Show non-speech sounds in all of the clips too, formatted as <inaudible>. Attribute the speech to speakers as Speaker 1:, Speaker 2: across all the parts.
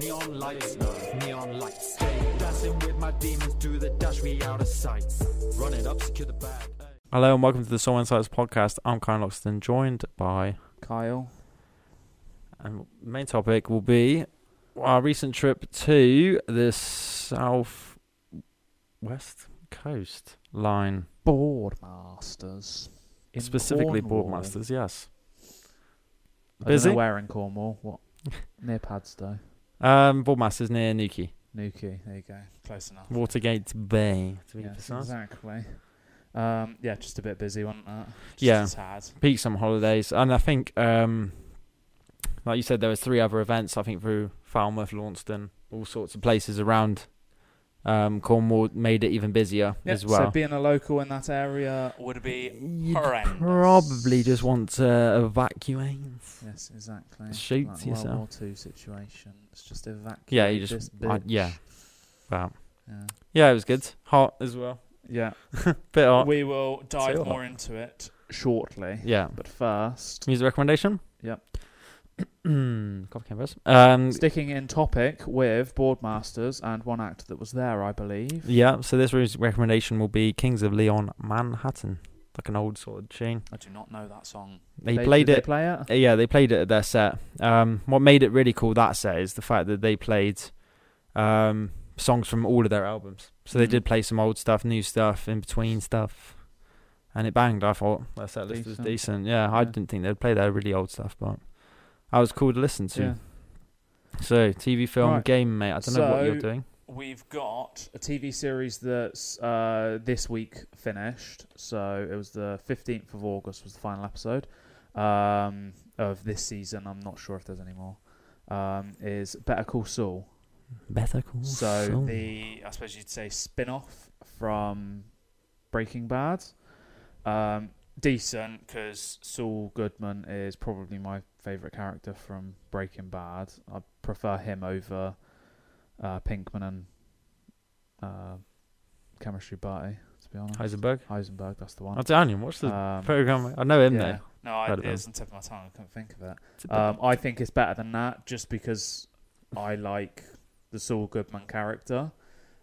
Speaker 1: Neon lights, neon lights. Stay dancing with my demons, do the dash me out of sight. Run it up, secure the bag.
Speaker 2: Hello and welcome to the Soul Insights podcast. I'm Kyle Loxton, joined by,
Speaker 3: Kyle.
Speaker 2: and main topic will be our recent trip to the south west coast line,
Speaker 3: Boardmasters. in
Speaker 2: specifically
Speaker 3: Cornwall.
Speaker 2: Boardmasters. Yes,
Speaker 3: I
Speaker 2: Busy?
Speaker 3: don't know where in Cornwall.
Speaker 2: <laughs>
Speaker 3: What? Near Padstow.
Speaker 2: um, Boardmasters near Newquay,
Speaker 3: Newquay. There you go. Close enough.
Speaker 2: Watergate Bay. To be
Speaker 3: Yes,
Speaker 2: precise.
Speaker 3: exactly. Um, yeah, just a bit busy, wasn't that? Just
Speaker 2: Yeah.
Speaker 3: A tad.
Speaker 2: Peak summer holidays, and I think, um, like you said, there was three other events. I think through Falmouth, Launceston, all sorts of places around. Um, Cornwall made it even busier
Speaker 3: Yep,
Speaker 2: as well.
Speaker 3: So being a local in that area would be.
Speaker 2: You'd
Speaker 3: horrendous.
Speaker 2: probably just want to evacuate.
Speaker 3: Yes, exactly.
Speaker 2: Shoot
Speaker 3: like
Speaker 2: yourself.
Speaker 3: World War Two situation. It's just evacuate.
Speaker 2: Yeah, you just-
Speaker 3: This
Speaker 2: I-
Speaker 3: bitch.
Speaker 2: yeah. Wow.
Speaker 3: Yeah.
Speaker 2: Yeah, it was good. Hot as well.
Speaker 3: Yeah.
Speaker 2: Bit hot.
Speaker 3: We will dive
Speaker 2: all
Speaker 3: more into it shortly.
Speaker 2: Uh, yeah.
Speaker 3: But first,
Speaker 2: Music recommendation?
Speaker 3: Yep.
Speaker 2: <clears throat> Coffee canvas. Um,
Speaker 3: sticking in topic with Boardmasters and one act that was there, I believe.
Speaker 2: yeah, so this music recommendation will be Kings of Leon Manhattan. Like an old sort of tune.
Speaker 3: I do not know that song.
Speaker 2: They, played
Speaker 3: did
Speaker 2: it.
Speaker 3: They play it.
Speaker 2: Uh, yeah, they played it at their set. Um, what made it really cool that set is the fact that they played um, songs from all of their albums. So they
Speaker 3: Mm.
Speaker 2: did play some old stuff, new stuff, in between stuff, and it banged. I thought that set list was
Speaker 3: Decent.
Speaker 2: decent. Yeah, I
Speaker 3: Yeah.
Speaker 2: didn't think they'd play their really old stuff, but I was cool to listen to.
Speaker 3: Yeah.
Speaker 2: So TV, film,
Speaker 3: Right.
Speaker 2: game, mate. I don't know what you're
Speaker 3: So-
Speaker 2: doing.
Speaker 3: We've got a TV series that's uh, this week finished. So it was the 15th of August was the final episode um, of this season. I'm not sure if there's any more. Um, is Better Call Saul.
Speaker 2: Better Call
Speaker 3: So
Speaker 2: Saul.
Speaker 3: the I suppose you'd say spin off from Breaking Bad. Um, decent because Saul Goodman is probably my favorite character from Breaking Bad. I prefer him over uh, Pinkman and uh, Chemistry Buddy. To be honest,
Speaker 2: Heisenberg.
Speaker 3: Heisenberg, that's the
Speaker 2: I
Speaker 3: one.
Speaker 2: don't know. What's the
Speaker 3: Um,
Speaker 2: program? I know him
Speaker 3: yeah.
Speaker 2: though.
Speaker 3: No, I,
Speaker 2: Heard
Speaker 3: it
Speaker 2: of him.
Speaker 3: was on the tip of my tongue. I couldn't think of it.
Speaker 2: It's a bit-
Speaker 3: Um, I think it's better than that, just because I like the Saul Goodman character.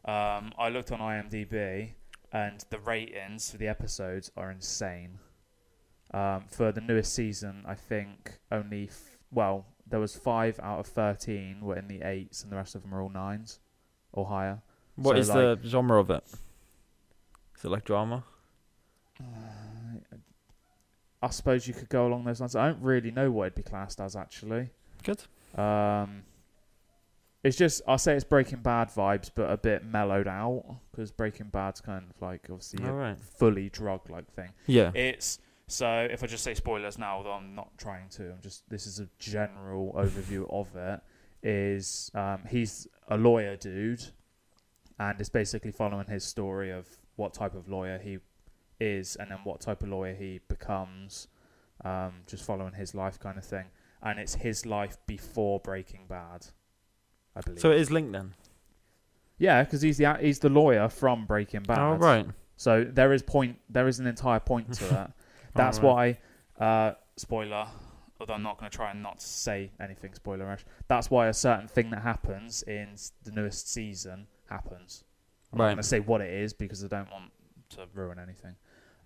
Speaker 3: Um, I looked on IMDb, and the ratings for the episodes are insane. Um, for the newest season, I think only f- well there was five out of thirteen were in the eights, and the rest of them are all nines or higher.
Speaker 2: What
Speaker 3: so
Speaker 2: is the genre of it? Is it like drama?
Speaker 3: I suppose you could go along those lines. I don't really know what it'd be classed as actually.
Speaker 2: Good.
Speaker 3: Um, it's just I'll say it's Breaking Bad vibes, but a bit mellowed out because Breaking Bad's kind of like obviously
Speaker 2: All
Speaker 3: a
Speaker 2: right.
Speaker 3: fully drug like thing.
Speaker 2: Yeah.
Speaker 3: It's so if I just say spoilers now, though I'm not trying to. I'm just this is a general overview of it. Is um, he's a lawyer dude, and it's basically following his story of what type of lawyer he is, and then what type of lawyer he becomes. Um, just following his life kind of thing, and it's his life before Breaking Bad, I believe.
Speaker 2: So it is linked then.
Speaker 3: yeah, because he's the a- he's the lawyer from Breaking Bad.
Speaker 2: Oh right.
Speaker 3: So there is point. There is an entire point
Speaker 2: <laughs>
Speaker 3: to that. That's why. Uh, spoiler. Although I'm not going to try and not say anything spoilerish. That's why a certain thing that happens in s- the newest season happens. I'm not
Speaker 2: Right.
Speaker 3: going to say what it is because I don't want to ruin anything.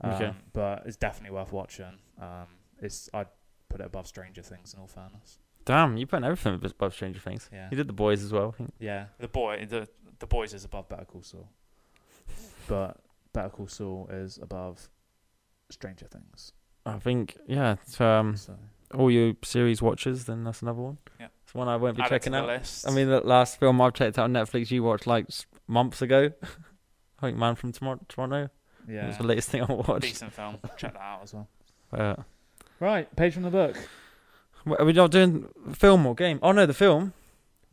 Speaker 3: Um,
Speaker 2: Okay.
Speaker 3: But it's definitely worth watching. Um, it's I'd put it above Stranger Things in all fairness.
Speaker 2: Damn, you put everything above Stranger Things.
Speaker 3: Yeah.
Speaker 2: You did the boys as well. I think.
Speaker 3: Yeah, the boy, the the boys is above Better Call Saul, but Better Call Saul is above Stranger Things.
Speaker 2: I think yeah. it's, um,
Speaker 3: So
Speaker 2: all your series watches, then that's another one.
Speaker 3: Yeah.
Speaker 2: It's one I won't be
Speaker 3: add it
Speaker 2: checking
Speaker 3: to the
Speaker 2: out.
Speaker 3: list.
Speaker 2: I mean, the last film I've checked out on Netflix, you watched like s- months ago. <laughs> I think Man from Tomo- Toronto. Yeah.
Speaker 3: yeah,
Speaker 2: was the latest thing I <laughs> watched.
Speaker 3: decent film. Check that out as well.
Speaker 2: Uh,
Speaker 3: Right, page from the book.
Speaker 2: w- are we not doing film or game? Oh no, the film.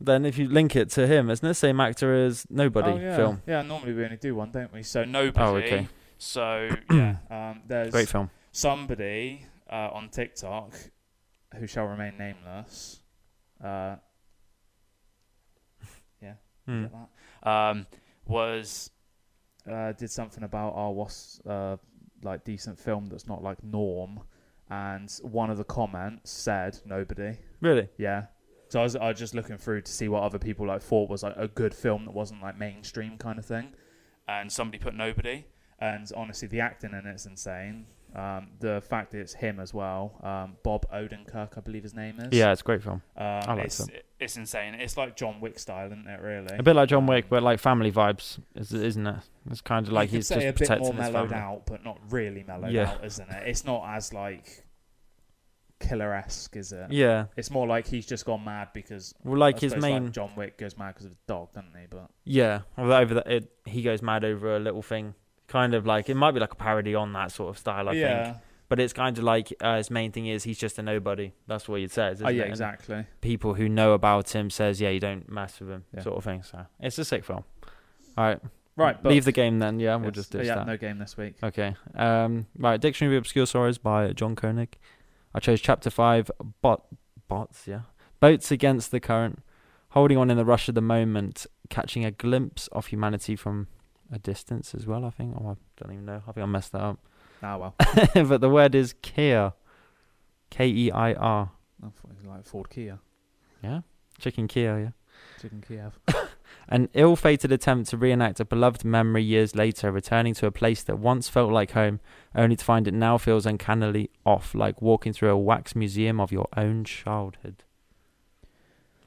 Speaker 2: Then if you link it to him, isn't it? Same actor as Nobody
Speaker 3: oh, yeah.
Speaker 2: film.
Speaker 3: Yeah, normally we only do one, don't we? So nobody.
Speaker 2: Oh, okay. <clears throat>
Speaker 3: So yeah, um, there's
Speaker 2: Great film.
Speaker 3: somebody uh, on TikTok who shall remain nameless. Uh,
Speaker 2: Hmm.
Speaker 3: get that? Um, was uh, did something about our what's uh, like decent film that's not like norm, and one of the comments said nobody.
Speaker 2: Really?
Speaker 3: Yeah. So I was, I was just looking through to see what other people like thought was like a good film that wasn't like mainstream kind of thing, and somebody put Nobody, and honestly the acting in it's insane. Um, the fact that it's him as well, um, Bob Odenkirk, I believe his name is.
Speaker 2: Yeah, it's a great film.
Speaker 3: um,
Speaker 2: like
Speaker 3: it's, it's insane. It's like John Wick style, isn't it? Really,
Speaker 2: A bit like John
Speaker 3: Um,
Speaker 2: Wick, but like family vibes, is- isn't it? It's kind of like
Speaker 3: you could
Speaker 2: he's
Speaker 3: say
Speaker 2: just
Speaker 3: a bit
Speaker 2: protecting
Speaker 3: more
Speaker 2: his
Speaker 3: mellowed
Speaker 2: family.
Speaker 3: out, but not really mellowed
Speaker 2: Yeah.
Speaker 3: out, isn't it? It's not as like killer esque, is it?
Speaker 2: Yeah,
Speaker 3: It's more like he's just gone mad because
Speaker 2: well,
Speaker 3: I
Speaker 2: like his
Speaker 3: suppose,
Speaker 2: main.
Speaker 3: John Wick goes mad because of the dog, doesn't he? But
Speaker 2: Yeah, well, over that, it, he goes mad over a little thing. Kind of like it might be like a parody on that sort of style, I think.
Speaker 3: Oh,
Speaker 2: But it's kind of like uh, his main thing is he's just a nobody. That's what he says.
Speaker 3: Oh,
Speaker 2: isn't
Speaker 3: yeah,
Speaker 2: it? And
Speaker 3: exactly.
Speaker 2: People who know about him says, yeah, you don't mess with him,
Speaker 3: Yeah.
Speaker 2: sort of thing. So it's a sick film. All right,
Speaker 3: Right, but
Speaker 2: leave the game then. Yeah, and we'll
Speaker 3: Yes.
Speaker 2: just
Speaker 3: But
Speaker 2: do
Speaker 3: yeah,
Speaker 2: that.
Speaker 3: no game this week.
Speaker 2: Okay. Um, right. Dictionary of Obscure Sorrows by John Koenig. I chose chapter five. Bot bots. Yeah. Boats against the current, holding on in the rush of the moment, catching a glimpse of humanity from a distance as well. I think. Oh, I don't even know. I think I messed that up. <laughs>
Speaker 3: Ah well,
Speaker 2: but the word is Keir. K E I R.
Speaker 3: I thought it was Oh, like Ford Kia,
Speaker 2: Yeah. Chicken Keir. Yeah.
Speaker 3: chicken Kiev.
Speaker 2: An ill fated attempt to reenact a beloved memory years later, returning to a place that once felt like home, only to find it now feels uncannily off, like walking through a wax museum of your own childhood.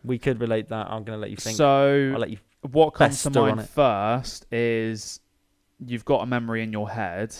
Speaker 2: We could relate that. I'm going to let you think. I'll
Speaker 3: So
Speaker 2: let you.
Speaker 3: what comes to
Speaker 2: fester on
Speaker 3: mind
Speaker 2: it.
Speaker 3: first is you've got a memory in your head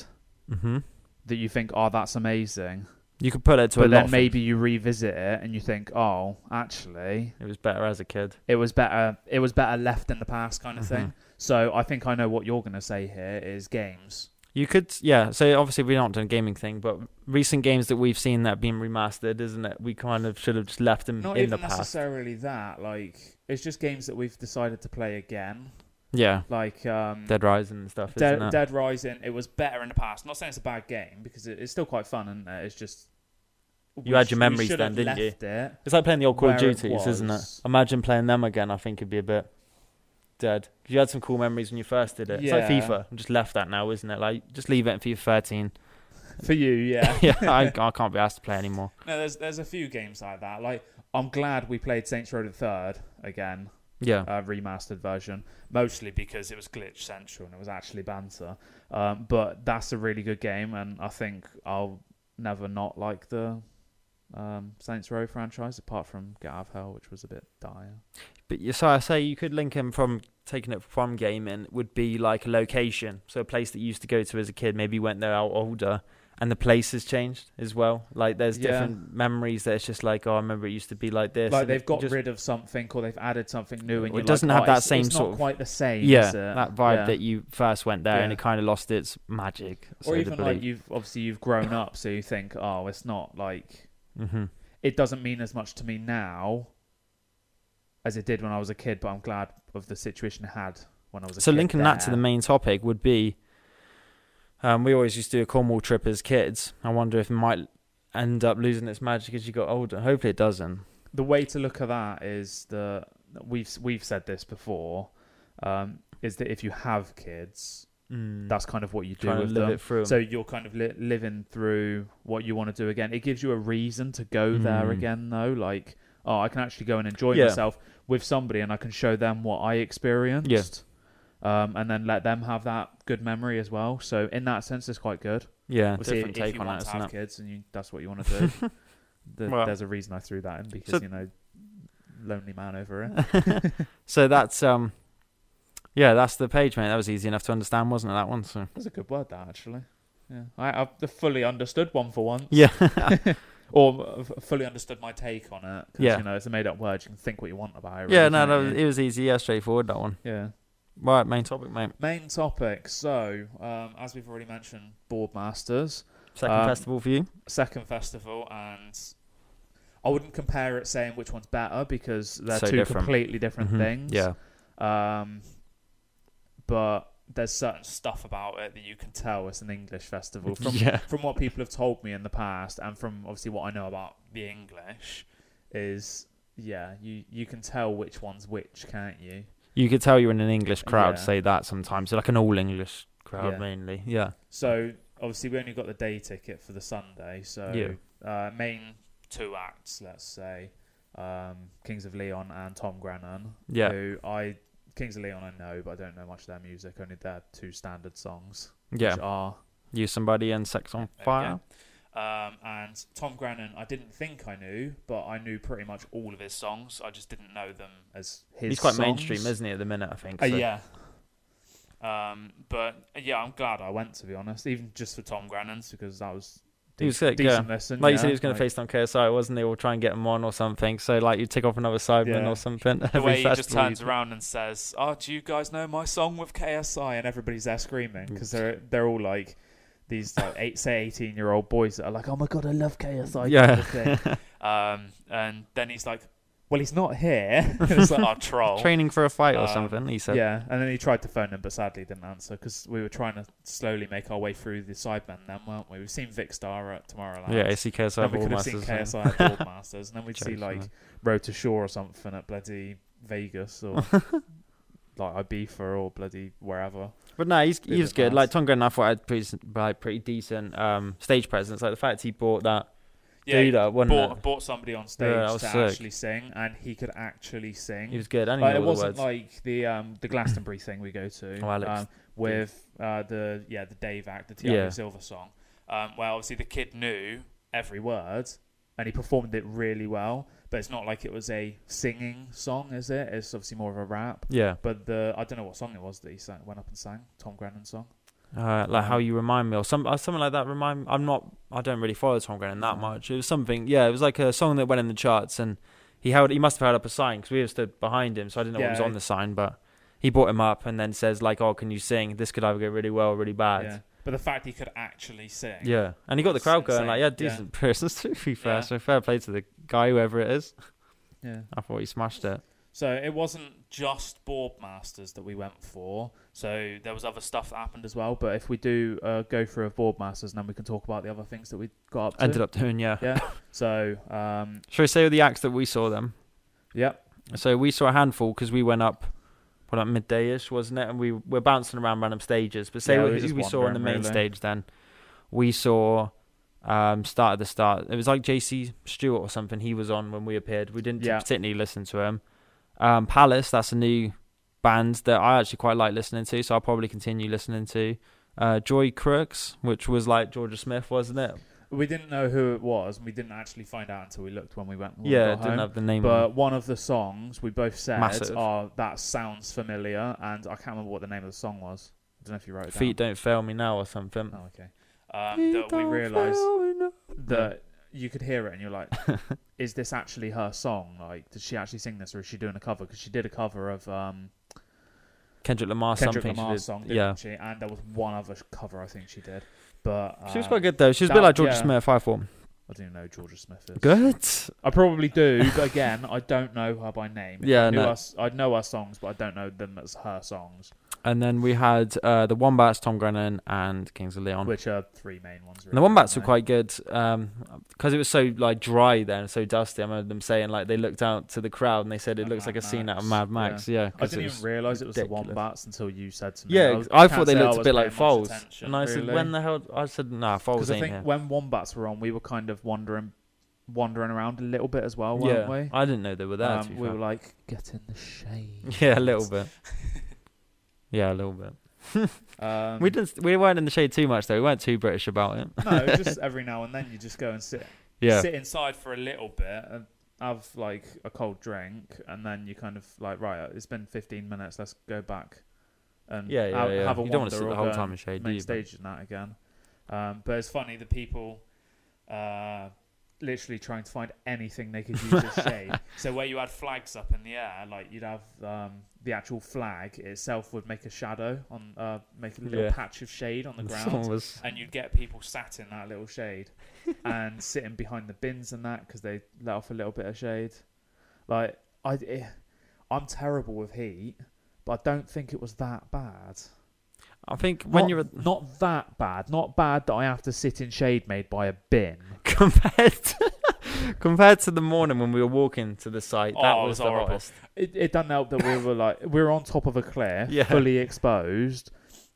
Speaker 2: hmm
Speaker 3: that you think, oh, that's amazing,
Speaker 2: You could put it to a
Speaker 3: but
Speaker 2: lot.
Speaker 3: then
Speaker 2: of
Speaker 3: maybe you revisit it and you think, oh, actually,
Speaker 2: things. It was better as a kid.
Speaker 3: it was better. It was better left in the past, kind of
Speaker 2: Mm-hmm.
Speaker 3: thing. So I think I know what you're gonna say here is games.
Speaker 2: You could, yeah. So obviously we're not doing a gaming thing, but recent games that we've seen that have been remastered, isn't it? We kind of should have just left them
Speaker 3: Not
Speaker 2: in
Speaker 3: even
Speaker 2: the past.
Speaker 3: necessarily that. Like it's just games that we've decided to play again.
Speaker 2: Yeah,
Speaker 3: Like um,
Speaker 2: Dead Rising and stuff.
Speaker 3: Dead,
Speaker 2: isn't it?
Speaker 3: Dead Rising, it was better in the past. not saying it's a bad game because it, it's still quite fun, isn't it? It's just
Speaker 2: You had your memories
Speaker 3: should
Speaker 2: then,
Speaker 3: have
Speaker 2: didn't
Speaker 3: left It.
Speaker 2: It's like playing the old Call of
Speaker 3: where it
Speaker 2: Duties, isn't it?
Speaker 3: was.
Speaker 2: Imagine playing them again. I think it'd be a bit dead. 'Cause You had some cool memories when you first did it.
Speaker 3: Yeah.
Speaker 2: It's like FIFA. I just left that now, isn't it? Like just leave it in FIFA
Speaker 3: <laughs>
Speaker 2: 13.
Speaker 3: For you,
Speaker 2: <laughs>
Speaker 3: yeah.
Speaker 2: yeah, I, I can't be asked to play anymore.
Speaker 3: no, there's there's a few games like that. Like I'm glad we played Saints Row the Third again,
Speaker 2: Yeah,
Speaker 3: uh, remastered version, mostly because it was glitch central and it was actually banter. Um, but that's a really good game, and I think I'll never not like the um, Saints Row franchise, apart from Get Out of Hell, which was a bit dire.
Speaker 2: but you, so I say you could link him from taking it from gaming would be like a location, so a place that you used to go to as a kid. Maybe you went there out older, and the place has changed as well. Like there's
Speaker 3: Yeah.
Speaker 2: different memories that it's just like oh, I remember it used to be like this.
Speaker 3: like
Speaker 2: and
Speaker 3: they've
Speaker 2: it
Speaker 3: got
Speaker 2: just-
Speaker 3: rid of something or they've added something new and
Speaker 2: It
Speaker 3: you're like,
Speaker 2: doesn't
Speaker 3: "Oh,
Speaker 2: have that
Speaker 3: it's-
Speaker 2: same
Speaker 3: it's
Speaker 2: sort
Speaker 3: not
Speaker 2: of-
Speaker 3: quite the same
Speaker 2: yeah,
Speaker 3: is it? uh,
Speaker 2: that vibe
Speaker 3: Yeah.
Speaker 2: that you first went there and
Speaker 3: Yeah.
Speaker 2: it kind of lost its magic. So
Speaker 3: or
Speaker 2: to
Speaker 3: even
Speaker 2: believe.
Speaker 3: like you've obviously you've grown up so you think oh it's not like
Speaker 2: hmm
Speaker 3: it doesn't mean as much to me now as it did when I was a kid but I'm glad of the situation I had when I was a
Speaker 2: So
Speaker 3: kid
Speaker 2: linking that to the
Speaker 3: there.
Speaker 2: main topic would be, um, we always used to do a Cornwall trip as kids. I wonder if it might end up losing its magic as you got older. Hopefully it doesn't.
Speaker 3: the way to look at that is the we've we've said this before um, is that if you have kids that's kind of what you Mm. do
Speaker 2: Trying to
Speaker 3: with
Speaker 2: live
Speaker 3: them
Speaker 2: it through.
Speaker 3: So you're kind of li- living through what you want to do again. It gives you a reason to go there
Speaker 2: Mm.
Speaker 3: again, though. Like, oh, I can actually go and enjoy
Speaker 2: Yeah.
Speaker 3: myself with somebody, and I can show them what I experienced. Um, and then let them have that good memory as well. So in that sense, it's quite good.
Speaker 2: yeah,
Speaker 3: Obviously,
Speaker 2: different
Speaker 3: if
Speaker 2: take
Speaker 3: you
Speaker 2: on
Speaker 3: want
Speaker 2: that,
Speaker 3: to
Speaker 2: isn't
Speaker 3: have
Speaker 2: it?
Speaker 3: kids and you, that's what you want
Speaker 2: <laughs>
Speaker 3: to do, the,
Speaker 2: Well.
Speaker 3: there's a reason I threw that in because
Speaker 2: So-
Speaker 3: you know, lonely man over it.
Speaker 2: So that's um, yeah, that's the page, mate. That was easy enough to understand, wasn't it? That one. So
Speaker 3: That's a good word, that actually. Yeah, I, I've fully understood one for once.
Speaker 2: yeah,
Speaker 3: or f- fully understood my take on it. 'cause,
Speaker 2: Yeah.
Speaker 3: you know, it's a made up word. You can think what you want about it.
Speaker 2: <laughs>
Speaker 3: really,
Speaker 2: yeah. No,
Speaker 3: can't
Speaker 2: no,
Speaker 3: you?
Speaker 2: it was easy. Yeah, straightforward that one.
Speaker 3: yeah.
Speaker 2: Right, main topic, mate.
Speaker 3: Main topic. So, um, as we've already mentioned, Boardmasters,
Speaker 2: Second
Speaker 3: Um,
Speaker 2: festival for you.
Speaker 3: second festival, and I wouldn't compare it saying which one's better because they're
Speaker 2: So
Speaker 3: two
Speaker 2: different.
Speaker 3: completely different
Speaker 2: Mhm,
Speaker 3: things.
Speaker 2: Yeah.
Speaker 3: Um, but there's certain stuff about it that you can tell it's an English
Speaker 2: <laughs>
Speaker 3: festival from
Speaker 2: yeah.
Speaker 3: from what people have told me in the past and from obviously what I know about the English is yeah, you you can tell which one's which, can't you?
Speaker 2: You could tell you're in an English crowd
Speaker 3: Yeah.
Speaker 2: say that sometimes, like an all English crowd
Speaker 3: Yeah.
Speaker 2: mainly. Yeah.
Speaker 3: So obviously we only got the day ticket for the Sunday, so
Speaker 2: Yeah.
Speaker 3: uh, main two acts, let's say. um, Kings of Leon and Tom Grennan.
Speaker 2: Yeah.
Speaker 3: Who I Kings of Leon I know, but I don't know much of their music. Only their two standard songs,
Speaker 2: Yeah.
Speaker 3: which are
Speaker 2: You somebody and sex on
Speaker 3: There we
Speaker 2: fire.
Speaker 3: go. Um, and Tom Grennan, I didn't think I knew, but I knew pretty much all of his songs. I just didn't know them as his.
Speaker 2: He's quite
Speaker 3: songs.
Speaker 2: mainstream, isn't he, at the minute, I think.
Speaker 3: Uh,
Speaker 2: so-
Speaker 3: yeah. Um, but yeah, I'm glad I went to be honest, even just for Tom Grannan's because that was
Speaker 2: He was
Speaker 3: dec-
Speaker 2: sick, yeah.
Speaker 3: decent listen.
Speaker 2: Like you
Speaker 3: yeah.
Speaker 2: said, he was going
Speaker 3: Like,
Speaker 2: to face on KSI, wasn't he? Or try and get him on or something. So, like, you tick off another sideman
Speaker 3: Yeah.
Speaker 2: or something.
Speaker 3: The
Speaker 2: <laughs> every
Speaker 3: way he just
Speaker 2: festival you
Speaker 3: turns
Speaker 2: do.
Speaker 3: around and says, "Oh, do you guys know my song with KSI?" and everybody's there screaming
Speaker 2: Mm.
Speaker 3: because they're they're all like these like eight say eighteen year old boys that are like, "Oh my god, I love KSI." kind
Speaker 2: Yeah.
Speaker 3: of thing.
Speaker 2: <laughs>
Speaker 3: um, and then he's like, "Well, he's not here." <laughs> it's like, "Oh,
Speaker 2: <laughs>
Speaker 3: troll."
Speaker 2: Training for a fight or
Speaker 3: Um,
Speaker 2: something, he said.
Speaker 3: Yeah, and then he tried to phone him, but sadly didn't answer because we were trying to slowly make our way through the sidemen. Then, weren't we? We've seen Vic Star at Tomorrowland.
Speaker 2: Yeah, AC KSI
Speaker 3: and we
Speaker 2: Ball
Speaker 3: could have seen
Speaker 2: Masters. yeah.
Speaker 3: KSI at Ball Masters, and then we'd see
Speaker 2: Jokes,
Speaker 3: like
Speaker 2: man.
Speaker 3: Road to Shore or something at bloody Vegas or like Ibiza or bloody wherever.
Speaker 2: But no, he's
Speaker 3: Bit
Speaker 2: he was
Speaker 3: of
Speaker 2: good.
Speaker 3: class.
Speaker 2: Like Tom Grennan, I thought had pretty s- like pretty decent um, stage presence. Like the fact he bought that dude up, wasn't
Speaker 3: bought,
Speaker 2: it?
Speaker 3: bought somebody on stage
Speaker 2: that
Speaker 3: to
Speaker 2: was sick.
Speaker 3: actually sing, and he could actually sing.
Speaker 2: He was good. I didn't
Speaker 3: Like,
Speaker 2: know
Speaker 3: it
Speaker 2: all the
Speaker 3: wasn't
Speaker 2: words.
Speaker 3: like the um the Glastonbury thing we go to.
Speaker 2: Oh, Alex.
Speaker 3: um, with uh, the yeah the Dave Act, the Tiago
Speaker 2: Yeah.
Speaker 3: Silva song. Um, where obviously the kid knew every word and he performed it really well. But it's not like it was a singing song, is it? It's obviously more of a rap.
Speaker 2: yeah,
Speaker 3: But the I don't know what song it was that he sang, went up and sang Tom Grannan's song.
Speaker 2: uh, like how you remind me or some uh, something like that. Remind I'm not. I don't really follow Tom Grennan that much. It was something. Yeah, it was like a song that went in the charts, and he held. He must have held up a sign because we have stood behind him, so I didn't know what was
Speaker 3: Yeah.
Speaker 2: on the sign, but. He brought him up and then says like, "Oh, can you sing? This could either go really well or really
Speaker 3: Yeah.
Speaker 2: bad."
Speaker 3: But the fact he could actually sing.
Speaker 2: Yeah, and he got the
Speaker 3: That's
Speaker 2: crowd going.
Speaker 3: insane.
Speaker 2: Like, yeah,
Speaker 3: Yeah.
Speaker 2: decent persons <laughs> to be fair.
Speaker 3: Yeah.
Speaker 2: So fair play to the guy, whoever it is.
Speaker 3: Yeah.
Speaker 2: I thought he smashed it.
Speaker 3: So it wasn't just board masters that we went for. So there was other stuff that happened as well. But if we do uh, go through a board masters, then we can talk about the other things that we got up to.
Speaker 2: Ended up doing, yeah.
Speaker 3: Yeah. So um,
Speaker 2: Shall we say the acts that we saw them?
Speaker 3: yep.
Speaker 2: So we saw a handful because we went up, what, like midday-ish, wasn't it? And we were bouncing around random stages. But say
Speaker 3: Yeah, we
Speaker 2: who
Speaker 3: were
Speaker 2: we,
Speaker 3: just
Speaker 2: saw on the
Speaker 3: wandering,
Speaker 2: main
Speaker 3: really.
Speaker 2: stage then. We saw, um, start at the start. It was like JC Stewart or something he was on when we appeared. We didn't
Speaker 3: Yeah.
Speaker 2: particularly listen to him. Um, Palace, that's a new band that I actually quite like listening to, so I'll probably continue listening to. Uh, Joy Crooks, which was like Georgia Smith, wasn't it?
Speaker 3: We didn't know who it was, and we didn't actually find out until we looked when we went. When we
Speaker 2: yeah,
Speaker 3: got
Speaker 2: didn't
Speaker 3: home.
Speaker 2: have the name. on it.
Speaker 3: But one of the songs we both said
Speaker 2: Massive.
Speaker 3: are that sounds familiar, and I can't remember what the name of the song was. I don't know if you wrote it
Speaker 2: Feet
Speaker 3: down.
Speaker 2: don't fail me now or something.
Speaker 3: Oh, okay. Um, that we realised that you could hear it, and
Speaker 2: <laughs>
Speaker 3: you're like, "Is this actually her song? Like, did she actually sing this, or is she doing a cover? Because she did a cover of um,
Speaker 2: Kendrick Lamar
Speaker 3: Kendrick
Speaker 2: something. she
Speaker 3: Lamar's
Speaker 2: did-
Speaker 3: song, didn't
Speaker 2: yeah.
Speaker 3: she? And there was one other cover I think she did, but
Speaker 2: She was
Speaker 3: um,
Speaker 2: quite good though. She was a
Speaker 3: that-
Speaker 2: bit like Georgia
Speaker 3: yeah.
Speaker 2: Smith, I thought.
Speaker 3: I do know Georgia Smith is.
Speaker 2: Good.
Speaker 3: I probably do, but again, I don't know her by name. If
Speaker 2: Yeah,
Speaker 3: I, knew
Speaker 2: no.
Speaker 3: her s- I know her songs, but I don't know them as her songs,
Speaker 2: And then we had uh, the Wombats, Tom Grennan, and Kings of Leon.
Speaker 3: which are three main ones.
Speaker 2: and
Speaker 3: Really,
Speaker 2: Um, the Wombats were
Speaker 3: aren't
Speaker 2: quite good because it was so like dry then, so dusty. I remember them saying like they looked out to the crowd and they said it
Speaker 3: Like
Speaker 2: looks like
Speaker 3: Mad
Speaker 2: a scene out of Mad
Speaker 3: Max,
Speaker 2: Max. Yeah,
Speaker 3: they? I
Speaker 2: 'cause
Speaker 3: didn't
Speaker 2: it
Speaker 3: even
Speaker 2: was-
Speaker 3: realise it was
Speaker 2: ridiculous.
Speaker 3: the Wombats until you said to me.
Speaker 2: yeah,
Speaker 3: was-
Speaker 2: I,
Speaker 3: can't
Speaker 2: thought they
Speaker 3: say I
Speaker 2: looked a
Speaker 3: was
Speaker 2: bit like
Speaker 3: paying
Speaker 2: Foles,
Speaker 3: much attention,
Speaker 2: and I said,
Speaker 3: really.
Speaker 2: "When the hell?" I said, "Nah, Foles
Speaker 3: Because I
Speaker 2: ain't
Speaker 3: think
Speaker 2: here."
Speaker 3: when Wombats were on, we were kind of wandering, wandering around a little bit as well,
Speaker 2: yeah,
Speaker 3: weren't we?
Speaker 2: I didn't know they were there. to
Speaker 3: um,
Speaker 2: be
Speaker 3: we
Speaker 2: fair.
Speaker 3: were like, get in the shade.
Speaker 2: <laughs> Yeah, a little
Speaker 3: <laughs>
Speaker 2: bit. yeah, a little bit.
Speaker 3: Um,
Speaker 2: we didn't. We weren't in the shade too much though. We weren't too British about it.
Speaker 3: no, just every now and then you just go and sit
Speaker 2: <laughs> Yeah,
Speaker 3: sit inside for a little bit and have like a cold drink, and then you kind of like right, uh, it's been fifteen minutes, let's go back and
Speaker 2: yeah, yeah.
Speaker 3: have,
Speaker 2: yeah.
Speaker 3: have a
Speaker 2: you don't want
Speaker 3: wander
Speaker 2: to sit
Speaker 3: or
Speaker 2: the whole
Speaker 3: go
Speaker 2: time
Speaker 3: and
Speaker 2: in shade, do
Speaker 3: main
Speaker 2: you? But-
Speaker 3: stage and that again. Um, but it's funny the people. Uh, Literally trying to find anything they could use as
Speaker 2: <laughs>
Speaker 3: shade. So where you had flags up in the air, like you'd have um, the actual flag itself would make a shadow on, uh, make a little
Speaker 2: Yeah.
Speaker 3: patch of shade
Speaker 2: <laughs>
Speaker 3: on the ground
Speaker 2: Someone was
Speaker 3: and you'd get people sat in that
Speaker 2: <laughs>
Speaker 3: little shade and sitting behind the bins and that because they let off a little bit of shade. Like I, eh, I'm terrible with heat, but I don't think it was that bad.
Speaker 2: I think when
Speaker 3: Not-
Speaker 2: you're
Speaker 3: not that bad, not bad that I have to sit in shade made by a bin.
Speaker 2: <laughs> compared to, <laughs> compared to the morning when we were walking to the site, that
Speaker 3: Oh, it
Speaker 2: was
Speaker 3: was
Speaker 2: the
Speaker 3: horrible.
Speaker 2: hottest.
Speaker 3: It, it doesn't help that we were like we were on top of a cliff,
Speaker 2: Yeah.
Speaker 3: fully exposed.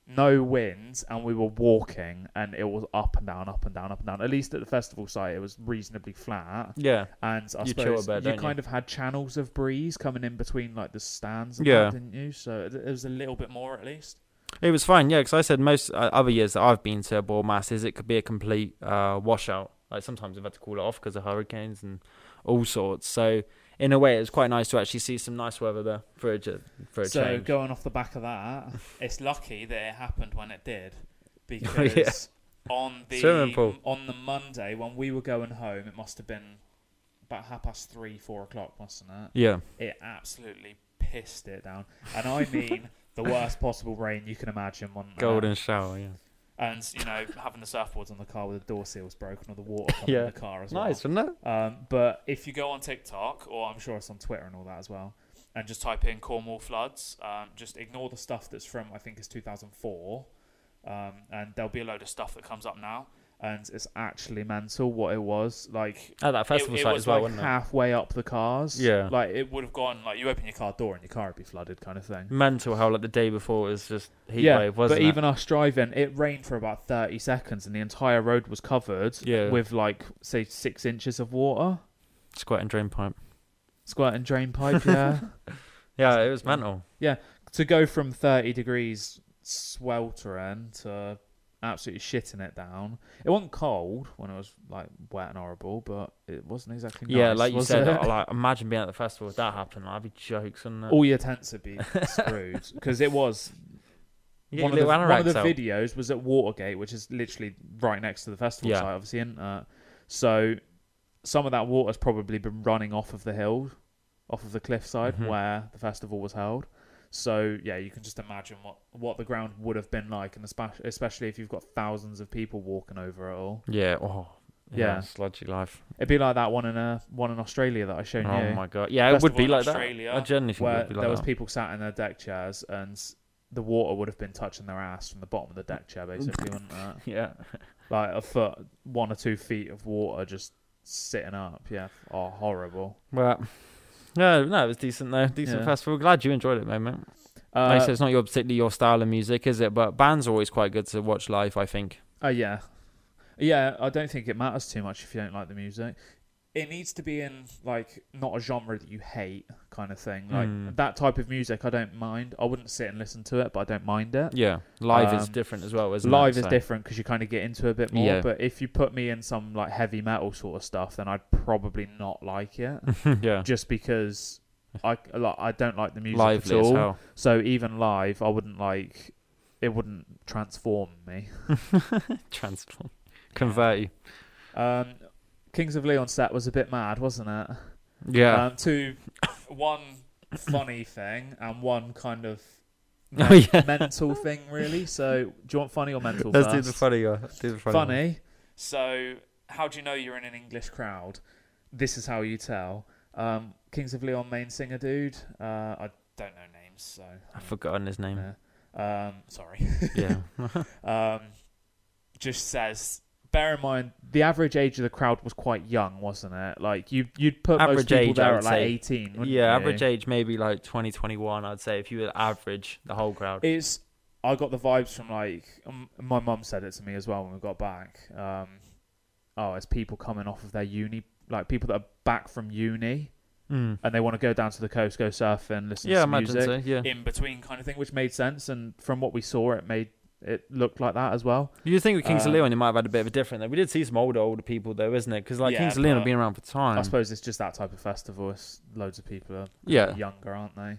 Speaker 3: no winds, and we were walking, and it was up and down, up and down, up and down. At least at the festival site, it was reasonably flat,
Speaker 2: Yeah.
Speaker 3: and I
Speaker 2: You chill
Speaker 3: suppose
Speaker 2: a bit,
Speaker 3: you
Speaker 2: don't you?
Speaker 3: kind of had channels of breeze coming in between like the stands, and
Speaker 2: Yeah.
Speaker 3: that, didn't you? So it, it was a little bit more at least.
Speaker 2: It was fine, yeah, because I said most uh, other years that I've been to ball masses, it could be a complete uh, washout. Like sometimes I've had to call it off because of hurricanes and all sorts. So in a way, it was quite nice to actually see some nice weather there for a j- for a
Speaker 3: so
Speaker 2: change.
Speaker 3: going off the back of that, it's lucky that it happened when
Speaker 2: <laughs>
Speaker 3: it did, because on
Speaker 2: Swimming
Speaker 3: the
Speaker 2: pool.
Speaker 3: on the Monday when we were going home, it must have been about half past three, four o'clock, wasn't it?
Speaker 2: yeah,
Speaker 3: it absolutely pissed it down. And I
Speaker 2: <laughs>
Speaker 3: mean the worst possible rain you can imagine. wasn't it?
Speaker 2: golden shower. Yeah,
Speaker 3: And, you know, having the surfboards on the car with the door seals broken or the water coming
Speaker 2: Yeah.
Speaker 3: in the car as well.
Speaker 2: nice, wasn't it?
Speaker 3: Um, but if you go on TikTok, or I'm sure it's on Twitter and all that as well, and just type in Cornwall floods, um, just ignore the stuff that's from, I think it's 2004, um, and there'll be a load of stuff that comes up now. And it's actually mental what it was. Like,
Speaker 2: At that festival
Speaker 3: it, it
Speaker 2: site
Speaker 3: was
Speaker 2: as well,
Speaker 3: like
Speaker 2: wasn't
Speaker 3: halfway up the cars.
Speaker 2: Yeah.
Speaker 3: like it would have gone like you open your car door and your car would be flooded, kind of thing.
Speaker 2: it? Mental how like the day before it was just Mm, heat
Speaker 3: yeah,
Speaker 2: wave, wasn't
Speaker 3: but
Speaker 2: it?
Speaker 3: even us driving, it rained for about thirty seconds and the entire road was covered
Speaker 2: Yeah.
Speaker 3: with like say six inches of water,
Speaker 2: Squirt and drain pipe.
Speaker 3: squirt and drain pipe. Yeah,
Speaker 2: Yeah, it was mental.
Speaker 3: to go from thirty degrees sweltering to absolutely shitting it down. It wasn't cold when it was like wet and horrible, but it wasn't exactly.
Speaker 2: yeah,
Speaker 3: nice,
Speaker 2: like you
Speaker 3: was
Speaker 2: said,
Speaker 3: it? Oh,
Speaker 2: like imagine being at the festival if that happened. I'd be jokes, wouldn't it?
Speaker 3: all your tents
Speaker 2: <laughs>
Speaker 3: would be screwed because it was
Speaker 2: You get
Speaker 3: one, of the,
Speaker 2: your little
Speaker 3: one of
Speaker 2: anoraks
Speaker 3: the
Speaker 2: out.
Speaker 3: videos was at Watergate, which is literally right next to the festival
Speaker 2: Yeah.
Speaker 3: site, obviously. And uh, so some of that water's probably been running off of the hill, off of the cliffside
Speaker 2: Mhm.
Speaker 3: where the festival was held. So yeah, you can just imagine what, what the ground would have been like, and espe- especially if you've got thousands of people walking over it all.
Speaker 2: Yeah. Oh.
Speaker 3: Yeah.
Speaker 2: sludgy life.
Speaker 3: It'd be like that one in uh, one in Australia that I showed
Speaker 2: Oh
Speaker 3: you,
Speaker 2: my god! Yeah, it would
Speaker 3: Festival
Speaker 2: be
Speaker 3: in
Speaker 2: like
Speaker 3: Australia,
Speaker 2: that. I genuinely think it
Speaker 3: where
Speaker 2: would be like
Speaker 3: there was
Speaker 2: that.
Speaker 3: people sat in their deck chairs, and s- the water would have been touching their ass from the bottom of the deck chair, basically, wouldn't it?
Speaker 2: yeah,
Speaker 3: like a foot, one or two feet of water just sitting up. Yeah, oh, horrible.
Speaker 2: well, no, no, it was decent though. Decent
Speaker 3: Yeah.
Speaker 2: festival. Glad you enjoyed it, mate. mate.
Speaker 3: Uh,
Speaker 2: like I said, it's not your particularly your style of music, is it? But bands are always quite good to watch live. I think.
Speaker 3: oh, yeah, yeah. I don't think it matters too much if you don't like the music. It needs to be in like not a genre that you hate, kind of thing. Like
Speaker 2: Hmm.
Speaker 3: that type of music, I don't mind. I wouldn't sit and listen to it, but I don't mind it.
Speaker 2: Yeah, live is
Speaker 3: Um,
Speaker 2: different as well, isn't it?
Speaker 3: Live is
Speaker 2: So-
Speaker 3: different because you kind of get into it a bit more.
Speaker 2: Yeah.
Speaker 3: But if you put me in some like heavy metal sort of stuff, then I'd probably not like it,
Speaker 2: Hmm. <laughs>
Speaker 3: <laughs>
Speaker 2: yeah,
Speaker 3: just because I like, I don't like the music
Speaker 2: lively
Speaker 3: at
Speaker 2: as
Speaker 3: all.
Speaker 2: hell.
Speaker 3: So even live, I wouldn't like. It wouldn't transform me.
Speaker 2: Transform, convert you.
Speaker 3: Um, Kings of Leon set was a bit mad, wasn't it?
Speaker 2: Yeah.
Speaker 3: Um, two, one funny thing and one kind of
Speaker 2: <laughs> Oh,
Speaker 3: men-
Speaker 2: yeah.
Speaker 3: mental thing, really. So do you want funny or mental?
Speaker 2: Let's do
Speaker 3: first?
Speaker 2: the funny one. Let's Do the funny. one.
Speaker 3: funny. So, how do you know you're in an English crowd? This is how you tell. Um, Kings of Leon main singer dude. Uh, I don't know names, so
Speaker 2: I've forgotten his name.
Speaker 3: Yeah. Um, sorry.
Speaker 2: Yeah.
Speaker 3: <laughs> um, just says. Bear in mind, the average age of the crowd was quite young, wasn't it? Like you, you'd put most
Speaker 2: Average
Speaker 3: people
Speaker 2: age, I
Speaker 3: there
Speaker 2: would
Speaker 3: at like
Speaker 2: say.
Speaker 3: eighteen.
Speaker 2: Yeah.
Speaker 3: wouldn't you?
Speaker 2: average age maybe like 20, 21, I'd say if you were average, the whole crowd.
Speaker 3: It's. I got the vibes from like um, my mum said it to me as well when we got back. Um, oh, it's people coming off of their uni, like people that are back from uni
Speaker 2: Mm.
Speaker 3: and they want to go down to the coast, go surfing, listen
Speaker 2: Yeah, I
Speaker 3: to some
Speaker 2: imagine
Speaker 3: music
Speaker 2: so. Yeah.
Speaker 3: in between kind of thing, which made sense. And from what we saw, it made it look like that as well.
Speaker 2: You would think with Kings
Speaker 3: Uh,
Speaker 2: of Leon, it might have had a bit of a different. Though. We did see some older, older people though, isn't it? Because like
Speaker 3: Yeah,
Speaker 2: Kings of Leon
Speaker 3: but
Speaker 2: have been around for
Speaker 3: I
Speaker 2: time.
Speaker 3: suppose it's just that type of festival. It's loads of people are
Speaker 2: Yeah,
Speaker 3: younger, aren't they?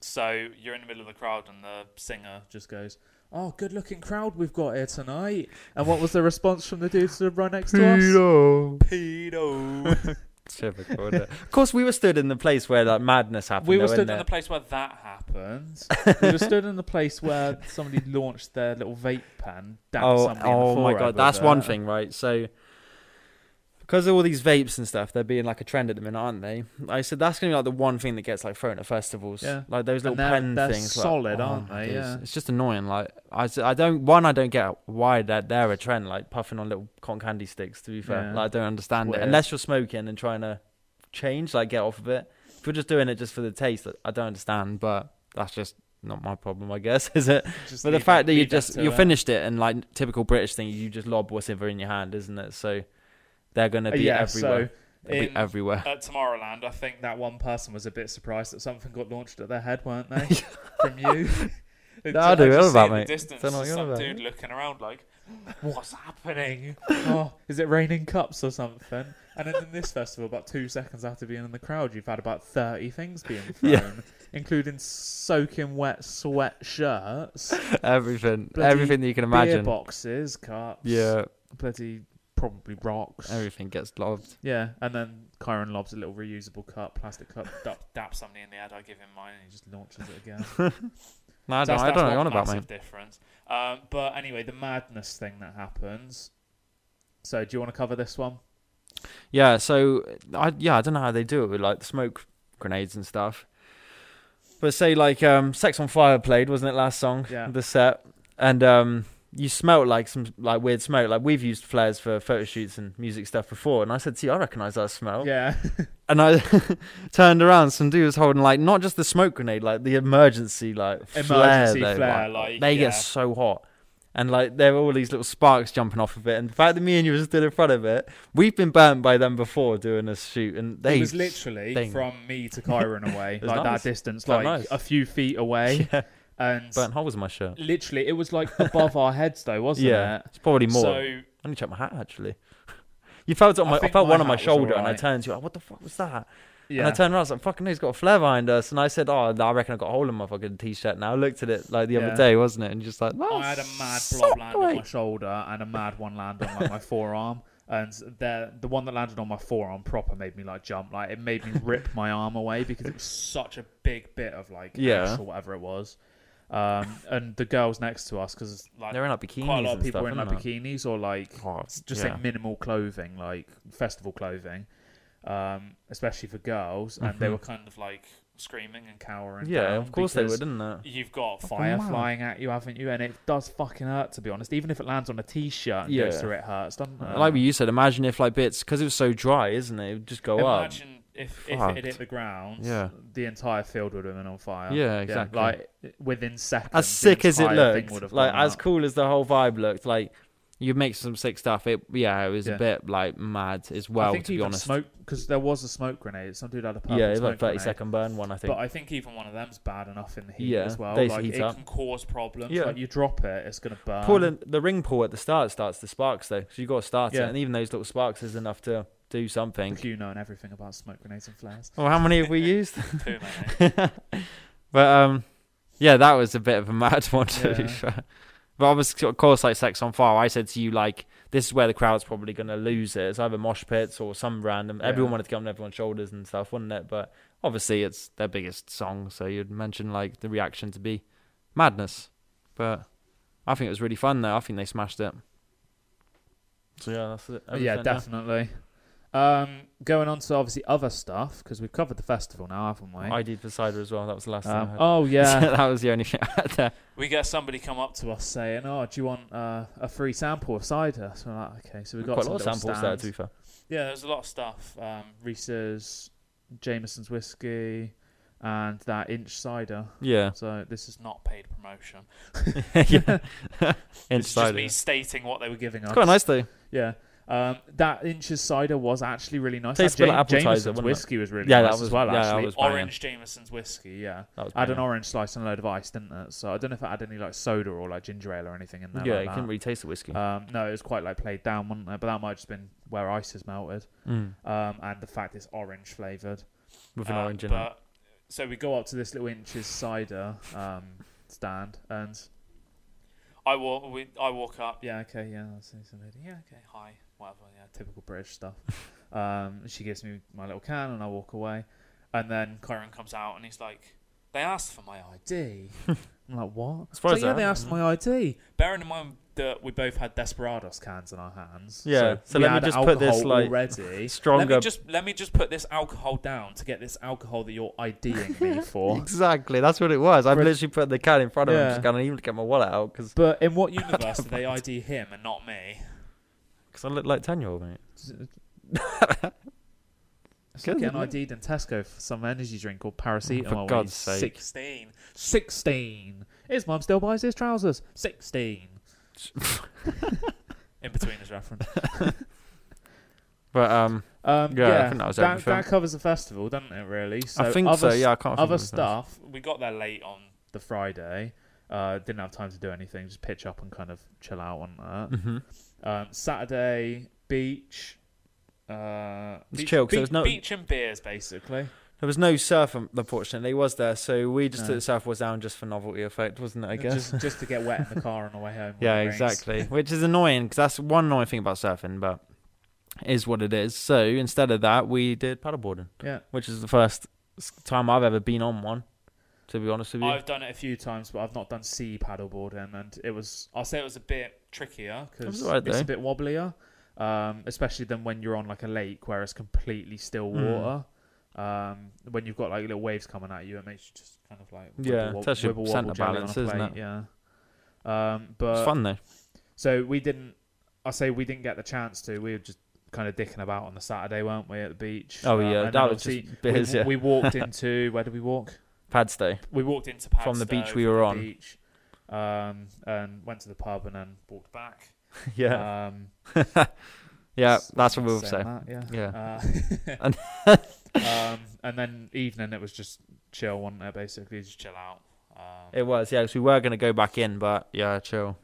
Speaker 3: So you're in the middle of the crowd, and the singer just goes, "Oh, good-looking crowd we've got here tonight." And what was the response from the dudes that right next to us?
Speaker 2: <laughs>
Speaker 3: Pedo.
Speaker 2: Typical, wasn't
Speaker 3: <laughs>
Speaker 2: it? of course, we were stood in the place where like madness happened.
Speaker 3: we were
Speaker 2: though,
Speaker 3: stood in
Speaker 2: innit?
Speaker 3: the place where that happened. <laughs> we were stood in the place where somebody launched their little vape pen down
Speaker 2: Oh,
Speaker 3: somebody in the
Speaker 2: oh my
Speaker 3: forehead
Speaker 2: god,
Speaker 3: with
Speaker 2: that's
Speaker 3: it.
Speaker 2: one thing, right? So, because of all these vapes and stuff, they're being like a trend at the minute, aren't they? I said that's gonna be like the one thing that gets like thrown at festivals.
Speaker 3: Yeah.
Speaker 2: like those
Speaker 3: And
Speaker 2: little
Speaker 3: they're-
Speaker 2: pen
Speaker 3: they're
Speaker 2: things. like-
Speaker 3: solid,
Speaker 2: oh
Speaker 3: aren't
Speaker 2: my
Speaker 3: they?
Speaker 2: days.
Speaker 3: Yeah.
Speaker 2: it's just annoying. Like I, s- I don't one, I don't get why they're, they're a trend. Like puffing on little cotton candy sticks. To be fair,
Speaker 3: Yeah.
Speaker 2: like I don't understand
Speaker 3: Weird.
Speaker 2: it unless you're smoking and trying to change, like get off of it. If you're just doing it just for the taste, I don't understand. But that's just not my problem, I guess, <laughs> is it?
Speaker 3: Just
Speaker 2: But the
Speaker 3: leave
Speaker 2: fact that
Speaker 3: that-
Speaker 2: you
Speaker 3: leave that
Speaker 2: just
Speaker 3: to
Speaker 2: you
Speaker 3: it.
Speaker 2: finished it and like typical British thing, you just lob whatever in your hand, isn't it? So they're gonna be
Speaker 3: Uh, yeah,
Speaker 2: everywhere.
Speaker 3: So
Speaker 2: They'll be
Speaker 3: in,
Speaker 2: everywhere.
Speaker 3: <laughs> at Tomorrowland, I think that one person was a bit surprised that something got launched at their head,
Speaker 2: <laughs>
Speaker 3: weren't they? From you.
Speaker 2: No, I
Speaker 3: I've
Speaker 2: don't know
Speaker 3: just
Speaker 2: about,
Speaker 3: seen the
Speaker 2: mate.
Speaker 3: Distance,
Speaker 2: Don't know what
Speaker 3: just
Speaker 2: you're
Speaker 3: some
Speaker 2: on about,
Speaker 3: dude looking around like,
Speaker 2: <laughs>
Speaker 3: what's happening? Oh, is it raining cups or something? And then in this festival, about two seconds after being in the crowd, you've had about thirty
Speaker 2: <laughs>
Speaker 3: things being thrown,
Speaker 2: Yeah.
Speaker 3: including soaking wet sweat shirts,
Speaker 2: Everything,
Speaker 3: bloody
Speaker 2: everything that you can
Speaker 3: beer
Speaker 2: imagine.
Speaker 3: boxes, cups,
Speaker 2: Yeah,
Speaker 3: bloody probably rocks.
Speaker 2: everything gets lobbed.
Speaker 3: Yeah, and then Kyron lobs a little reusable cup, plastic cup, <laughs> dap, dap somebody in the head. I give him mine, and he just launches it again.
Speaker 2: No, I
Speaker 3: So
Speaker 2: don't,
Speaker 3: that's-
Speaker 2: I don't
Speaker 3: that's
Speaker 2: know what
Speaker 3: one
Speaker 2: you're on about,
Speaker 3: massive
Speaker 2: mate.
Speaker 3: difference. Um, but anyway, the madness thing that happens. So, do you want to cover this one?
Speaker 2: Yeah, so I yeah, I don't know how they do it with like smoke grenades and stuff. But say like um Sex on Fire played, wasn't it last song?
Speaker 3: Yeah.
Speaker 2: The set. And um you smelt like some like weird smoke. Like we've used flares for photo shoots and music stuff before and I said, See, I recognise that smell.
Speaker 3: Yeah, <laughs>
Speaker 2: And I <laughs> turned around, some dude was holding like not just the smoke grenade, like the emergency like flare.
Speaker 3: Emergency
Speaker 2: though,
Speaker 3: flare, like,
Speaker 2: they
Speaker 3: yeah.
Speaker 2: get so hot. And like there were all these little sparks jumping off of it, and the fact that me and you were stood in front of it, we've been burnt by them before doing a shoot, and they
Speaker 3: it was literally
Speaker 2: sting.
Speaker 3: from me to Kyron
Speaker 2: <laughs>
Speaker 3: away,
Speaker 2: It was
Speaker 3: like
Speaker 2: nice.
Speaker 3: that distance,
Speaker 2: Quite
Speaker 3: like
Speaker 2: nice.
Speaker 3: a few
Speaker 2: <laughs>
Speaker 3: feet away,
Speaker 2: <laughs> yeah,
Speaker 3: and
Speaker 2: burnt holes in my shirt.
Speaker 3: literally it was like above our heads, though, wasn't
Speaker 2: Yeah,
Speaker 3: it?
Speaker 2: it's probably more. I
Speaker 3: So
Speaker 2: need to check my hat actually. <laughs> You felt it on
Speaker 3: I
Speaker 2: my, I
Speaker 3: think
Speaker 2: felt
Speaker 3: my
Speaker 2: one on my
Speaker 3: hat was
Speaker 2: shoulder, and I
Speaker 3: alright.
Speaker 2: turned to you. Like, what the fuck was that? And
Speaker 3: yeah,
Speaker 2: I turned around, I was like, fucking, he's got a flare behind us. And I said, oh, I reckon I got a hole in my fucking t-shirt now. I looked at it like the
Speaker 3: Yeah.
Speaker 2: other day, wasn't it? And just like, oh,
Speaker 3: I had a mad blob
Speaker 2: sock,
Speaker 3: land on my
Speaker 2: mate."
Speaker 3: shoulder and a mad one land on like, my forearm. And the the one that landed on my forearm proper made me like jump, like it made me rip my arm away because it was such a big bit of like
Speaker 2: Yeah.
Speaker 3: ash or whatever it was. Um, and the girls next to us because like
Speaker 2: They're in like bikinis
Speaker 3: quite a lot of
Speaker 2: and
Speaker 3: people
Speaker 2: stuff,
Speaker 3: were in like
Speaker 2: aren't they?
Speaker 3: bikinis or like
Speaker 2: Oh,
Speaker 3: s- just
Speaker 2: yeah.
Speaker 3: like minimal clothing, like festival clothing, um, especially for girls. And they
Speaker 2: Mhm.
Speaker 3: were kind of like screaming and cowering.
Speaker 2: Yeah,
Speaker 3: down
Speaker 2: of course they
Speaker 3: because
Speaker 2: would, didn't they?
Speaker 3: you've got
Speaker 2: Fucking
Speaker 3: fire
Speaker 2: mad.
Speaker 3: flying at you, haven't you? And it does fucking hurt, to be honest. Even if it lands on a t-shirt and goes
Speaker 2: Yeah.
Speaker 3: through, it hurts, doesn't it?
Speaker 2: like what you said, imagine if like bits, because it was so dry, isn't it? It would just go
Speaker 3: Imagine if, if it
Speaker 2: Fucked.
Speaker 3: hit the ground,
Speaker 2: Yeah.
Speaker 3: the entire field would have been on fire.
Speaker 2: Yeah, exactly.
Speaker 3: like within seconds,
Speaker 2: up. As
Speaker 3: the
Speaker 2: sick as it
Speaker 3: entire thing
Speaker 2: looked,
Speaker 3: would have
Speaker 2: like
Speaker 3: gone
Speaker 2: as
Speaker 3: up.
Speaker 2: cool as the whole vibe looked, like you make some sick stuff. It yeah, it was
Speaker 3: Yeah.
Speaker 2: a bit like mad as
Speaker 3: I
Speaker 2: well,
Speaker 3: think
Speaker 2: to be
Speaker 3: even
Speaker 2: honest.
Speaker 3: smoke because there was a smoke grenade. Some dude had a purple
Speaker 2: yeah, it was
Speaker 3: smoke
Speaker 2: like thirty
Speaker 3: grenade.
Speaker 2: second burn one, I think.
Speaker 3: But I think even one of them's bad enough in the heat
Speaker 2: Yeah,
Speaker 3: as well.
Speaker 2: they
Speaker 3: like
Speaker 2: heat
Speaker 3: it
Speaker 2: up.
Speaker 3: can cause problems.
Speaker 2: Yeah.
Speaker 3: Like you drop it, it's gonna burn.
Speaker 2: Pulling the ring pull at the start starts the sparks though, so you got to start
Speaker 3: Yeah.
Speaker 2: it, and even those little sparks is enough to do something.
Speaker 3: you know and everything about smoke grenades and flares.
Speaker 2: Well, how many have we used?
Speaker 3: Too many.
Speaker 2: <laughs> but um, yeah, that was a bit of a <laughs> mad one to
Speaker 3: Yeah.
Speaker 2: be fair. But I was, of course, like Sex on Fire. I said to you, like, this is where the crowd's probably going to lose it. It's either mosh pits or some random.
Speaker 3: Yeah.
Speaker 2: Everyone wanted to come on everyone's shoulders and stuff, wasn't it? But obviously, it's their biggest song, so you'd mention like the reaction to be madness. But I think it was really fun though. I think they smashed it. So yeah, that's it.
Speaker 3: yeah,
Speaker 2: Everything,
Speaker 3: definitely. Um, going on to obviously other stuff because we've covered the festival now, haven't we?
Speaker 2: I did the cider as well. That was the last
Speaker 3: um,
Speaker 2: thing. I
Speaker 3: oh
Speaker 2: had. <laughs>
Speaker 3: yeah,
Speaker 2: that was the only thing I had there.
Speaker 3: we get somebody come up to us saying, "Oh, do you want uh, a free sample of cider?" So we're like, "Okay." So we got
Speaker 2: Quite a
Speaker 3: some
Speaker 2: lot of
Speaker 3: little
Speaker 2: samples there,
Speaker 3: stands.
Speaker 2: to be fair.
Speaker 3: Yeah, there's a lot of stuff. Um, Reese's, Jameson's whiskey, and that inch cider.
Speaker 2: <laughs> Yeah.
Speaker 3: So this is not paid promotion. <laughs>
Speaker 2: yeah.
Speaker 3: It's just
Speaker 2: Inside.
Speaker 3: me
Speaker 2: It's
Speaker 3: stating what they were giving us.
Speaker 2: quite nice though.
Speaker 3: Yeah. Um, that inch's cider was actually really nice.
Speaker 2: Tasted
Speaker 3: That
Speaker 2: like apple cider,
Speaker 3: Jameson's
Speaker 2: wasn't it?
Speaker 3: whiskey was really
Speaker 2: Yeah, that
Speaker 3: nice
Speaker 2: was-
Speaker 3: as well.
Speaker 2: yeah, that
Speaker 3: actually,
Speaker 2: was banging.
Speaker 3: orange Jameson's whiskey. Yeah,
Speaker 2: That was
Speaker 3: I had an
Speaker 2: brilliant.
Speaker 3: orange slice and a load of ice, didn't it? So I don't know if it had any like soda or like ginger ale or anything in there.
Speaker 2: Yeah,
Speaker 3: like
Speaker 2: you
Speaker 3: that.
Speaker 2: couldn't really taste the whiskey.
Speaker 3: Um, no, it was quite like played down, wasn't it? But that might have just been where ice has melted,
Speaker 2: mm.
Speaker 3: um, and the fact it's orange flavored.
Speaker 2: With an
Speaker 3: Uh,
Speaker 2: orange in it.
Speaker 3: but- So we go up to this little inches cider um, stand, and
Speaker 4: I walk. We, I walk up.
Speaker 3: yeah, okay, yeah, I see some lady. Yeah, okay, hi, whatever, yeah, typical British
Speaker 2: <laughs>
Speaker 3: stuff. um, she gives me my little can, and I walk away, and then Kyron
Speaker 4: Byron comes out and he's like, "They asked for my ID."
Speaker 3: ID. <laughs> I'm like, what?
Speaker 2: As far
Speaker 3: So,
Speaker 2: as
Speaker 3: yeah,
Speaker 2: I
Speaker 3: they
Speaker 2: know,
Speaker 3: asked my ID.
Speaker 4: Bearing in mind,
Speaker 3: Um, that we both had Desperados cans in our hands.
Speaker 2: Yeah, so
Speaker 3: we
Speaker 2: let me
Speaker 3: had
Speaker 2: just put this,
Speaker 3: alcohol
Speaker 2: like, <laughs>
Speaker 3: already. <laughs>
Speaker 4: let me
Speaker 2: Stronger.
Speaker 4: just
Speaker 3: Let me just put this alcohol down to get this alcohol that you're IDing
Speaker 2: <laughs>
Speaker 3: me for.
Speaker 2: Exactly. That's what it was. I've
Speaker 3: Bri-
Speaker 2: literally put the can in front of him.
Speaker 3: Yeah.
Speaker 2: Just going, I need to get my wallet out because
Speaker 3: But in
Speaker 2: <laughs>
Speaker 3: what universe do they ID him and not me?
Speaker 2: I look like ten year old mate. It's
Speaker 3: Get
Speaker 2: good,
Speaker 3: an
Speaker 2: isn't it?
Speaker 3: ID than Tesco for some energy drink called paracetamol.
Speaker 2: For
Speaker 3: when
Speaker 2: God's
Speaker 3: he's
Speaker 2: sake.
Speaker 4: 16.
Speaker 3: 16. His mum still buys his trousers.
Speaker 2: <laughs>
Speaker 3: 16.
Speaker 4: In between his reference.
Speaker 2: But um,
Speaker 3: Um,
Speaker 2: Yeah,
Speaker 3: yeah,
Speaker 2: I think that was
Speaker 3: that,
Speaker 2: everything.
Speaker 3: that covers the festival, doesn't it, really? So
Speaker 2: I think
Speaker 3: other
Speaker 2: so. Yeah, I can't. think of
Speaker 3: other
Speaker 2: anything else.
Speaker 3: stuff
Speaker 4: We got there late on.
Speaker 3: the Friday. Uh, didn't have time to do anything. Just pitch up and kind of chill out on
Speaker 2: Mhm.
Speaker 3: that. Um, Saturday beach. Uh,
Speaker 2: It's
Speaker 3: beach-
Speaker 2: chill 'cause there was
Speaker 3: beach-
Speaker 2: no
Speaker 4: Beach and beers, basically.
Speaker 3: basically.
Speaker 2: there was no surf un- unfortunately. It was there, so we just
Speaker 3: No.
Speaker 2: took the surfboards down just for novelty effect, wasn't it? I guess.
Speaker 3: Just, just to get wet in the car on the way home. when
Speaker 2: <laughs> yeah,
Speaker 3: it rains.
Speaker 2: exactly. Which is annoying because that's one annoying thing about surfing, but it is what it is. So instead of that, we did paddleboarding,
Speaker 3: Yeah,
Speaker 2: which is the first s- time I've ever been on one. To be honest with you,
Speaker 4: I've done it
Speaker 3: a few times, but I've not done sea paddleboarding, and it was
Speaker 4: I'll say it was a bit trickier.
Speaker 2: That was
Speaker 3: because
Speaker 2: alright,
Speaker 3: it's
Speaker 2: though.
Speaker 3: a bit wobblier, um, especially than when you're on like a lake where it's completely still
Speaker 2: Mm.
Speaker 3: water. Um, when you've got like little waves coming at you, it makes you just kind of like
Speaker 2: Yeah,
Speaker 3: wibble,
Speaker 2: test your
Speaker 3: wibble, wobble,
Speaker 2: centre
Speaker 3: jelly on a
Speaker 2: balance, isn't
Speaker 3: plate,
Speaker 2: it?
Speaker 3: Yeah. Um,
Speaker 2: it's
Speaker 3: but
Speaker 2: fun though.
Speaker 3: so we didn't. I say we didn't get the chance to. We were just kind of dicking about on the Saturday, weren't we, at the beach?
Speaker 2: Oh
Speaker 3: Um,
Speaker 2: yeah,
Speaker 3: and then
Speaker 2: that was
Speaker 3: obviously
Speaker 2: just
Speaker 3: we-
Speaker 2: biz, yeah.
Speaker 3: we, walked into where did we walk?
Speaker 2: Padstow
Speaker 4: We walked into Padstow
Speaker 2: from the beach we were on.
Speaker 3: Beach. Um, and went to the pub and then walked back.
Speaker 2: yeah,
Speaker 3: Um,
Speaker 2: yeah,
Speaker 3: s-
Speaker 2: that's what we would
Speaker 3: saying
Speaker 2: say.
Speaker 3: that, yeah.
Speaker 2: Yeah.
Speaker 3: Uh,
Speaker 2: <laughs>
Speaker 3: um, and then evening it was just chill, wasn't it? Basically, just chill.
Speaker 4: Chill out. Um,
Speaker 2: It was, yeah, 'cause we were going to go back in, but yeah, chill.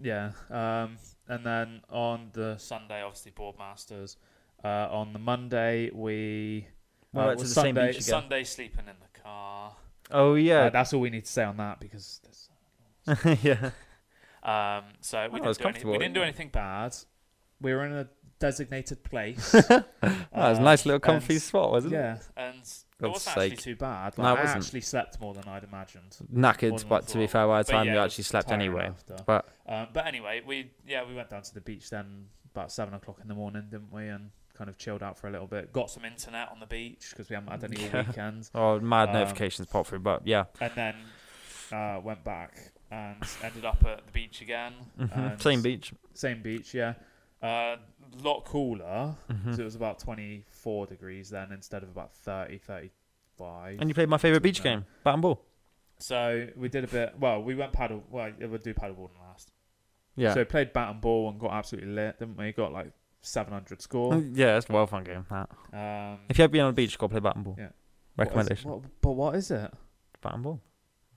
Speaker 3: Yeah. Um, and then on the
Speaker 4: Sunday, obviously, Boardmasters.
Speaker 3: uh, on the Monday we
Speaker 2: We
Speaker 3: uh,
Speaker 2: went
Speaker 3: it
Speaker 2: to
Speaker 3: was
Speaker 2: the same
Speaker 3: Sunday-
Speaker 2: beach again.
Speaker 4: Sunday, sleeping in the car.
Speaker 2: Oh,
Speaker 3: Uh,
Speaker 2: yeah.
Speaker 3: that's all we need to say on that because that's
Speaker 2: <laughs> yeah.
Speaker 4: Um, so we, didn't
Speaker 2: Oh, it's
Speaker 4: do anything, we
Speaker 2: comfortable,
Speaker 4: didn't do
Speaker 2: yeah.
Speaker 4: anything bad.
Speaker 3: bad. We were in a
Speaker 2: <laughs>
Speaker 3: designated place.
Speaker 2: That Ah, was a
Speaker 3: Um,
Speaker 2: nice little comfy
Speaker 3: and-
Speaker 2: spot, wasn't it?
Speaker 3: Yeah,
Speaker 4: And it
Speaker 2: God's
Speaker 4: wasn't actually
Speaker 2: sake.
Speaker 4: too
Speaker 3: too bad.
Speaker 2: No,
Speaker 3: Like,
Speaker 2: it
Speaker 3: I
Speaker 2: wasn't.
Speaker 3: actually slept more than I'd imagined.
Speaker 2: Knackered,
Speaker 3: Wasn't
Speaker 2: but to be
Speaker 3: full.
Speaker 2: fair, by the
Speaker 4: But
Speaker 2: time
Speaker 4: yeah,
Speaker 2: you
Speaker 4: it
Speaker 2: actually
Speaker 4: was
Speaker 2: slept
Speaker 3: tiring
Speaker 2: anyway.
Speaker 3: after.
Speaker 2: But
Speaker 4: Um, but anyway, we yeah we went
Speaker 3: Went down to the beach then about seven o'clock in the morning, didn't we? And kind of chilled out for a little bit. Got
Speaker 4: got some internet on the beach.
Speaker 3: because we haven't had
Speaker 2: <laughs>
Speaker 3: any
Speaker 2: Yeah.
Speaker 3: all weekend,
Speaker 2: oh, mad
Speaker 3: Um,
Speaker 2: notifications pop through. But yeah,
Speaker 3: and then uh, went back and
Speaker 4: Ended up at the beach again.
Speaker 2: Mhm.
Speaker 3: and-
Speaker 2: same beach.
Speaker 3: same beach. Yeah,
Speaker 4: A uh,
Speaker 3: lot cooler.
Speaker 2: Mhm.
Speaker 3: So it was about twenty four degrees then instead of about 30, 35.
Speaker 2: And you played my favorite beach
Speaker 3: No.
Speaker 2: game, bat and ball.
Speaker 3: So we did a bit. Well, we went paddle. Well, we'll do paddleboarding last.
Speaker 2: Yeah,
Speaker 3: So we played bat and ball and got absolutely lit, didn't we? Got like 700 score.
Speaker 2: Uh,
Speaker 3: Um,
Speaker 2: yeah, it's a well fun game. That
Speaker 3: what
Speaker 2: Oh, if you have been on a beach, go play bat and ball.
Speaker 3: Yeah. is-
Speaker 2: Recommendation:
Speaker 3: what- but what is it?
Speaker 2: bat and ball,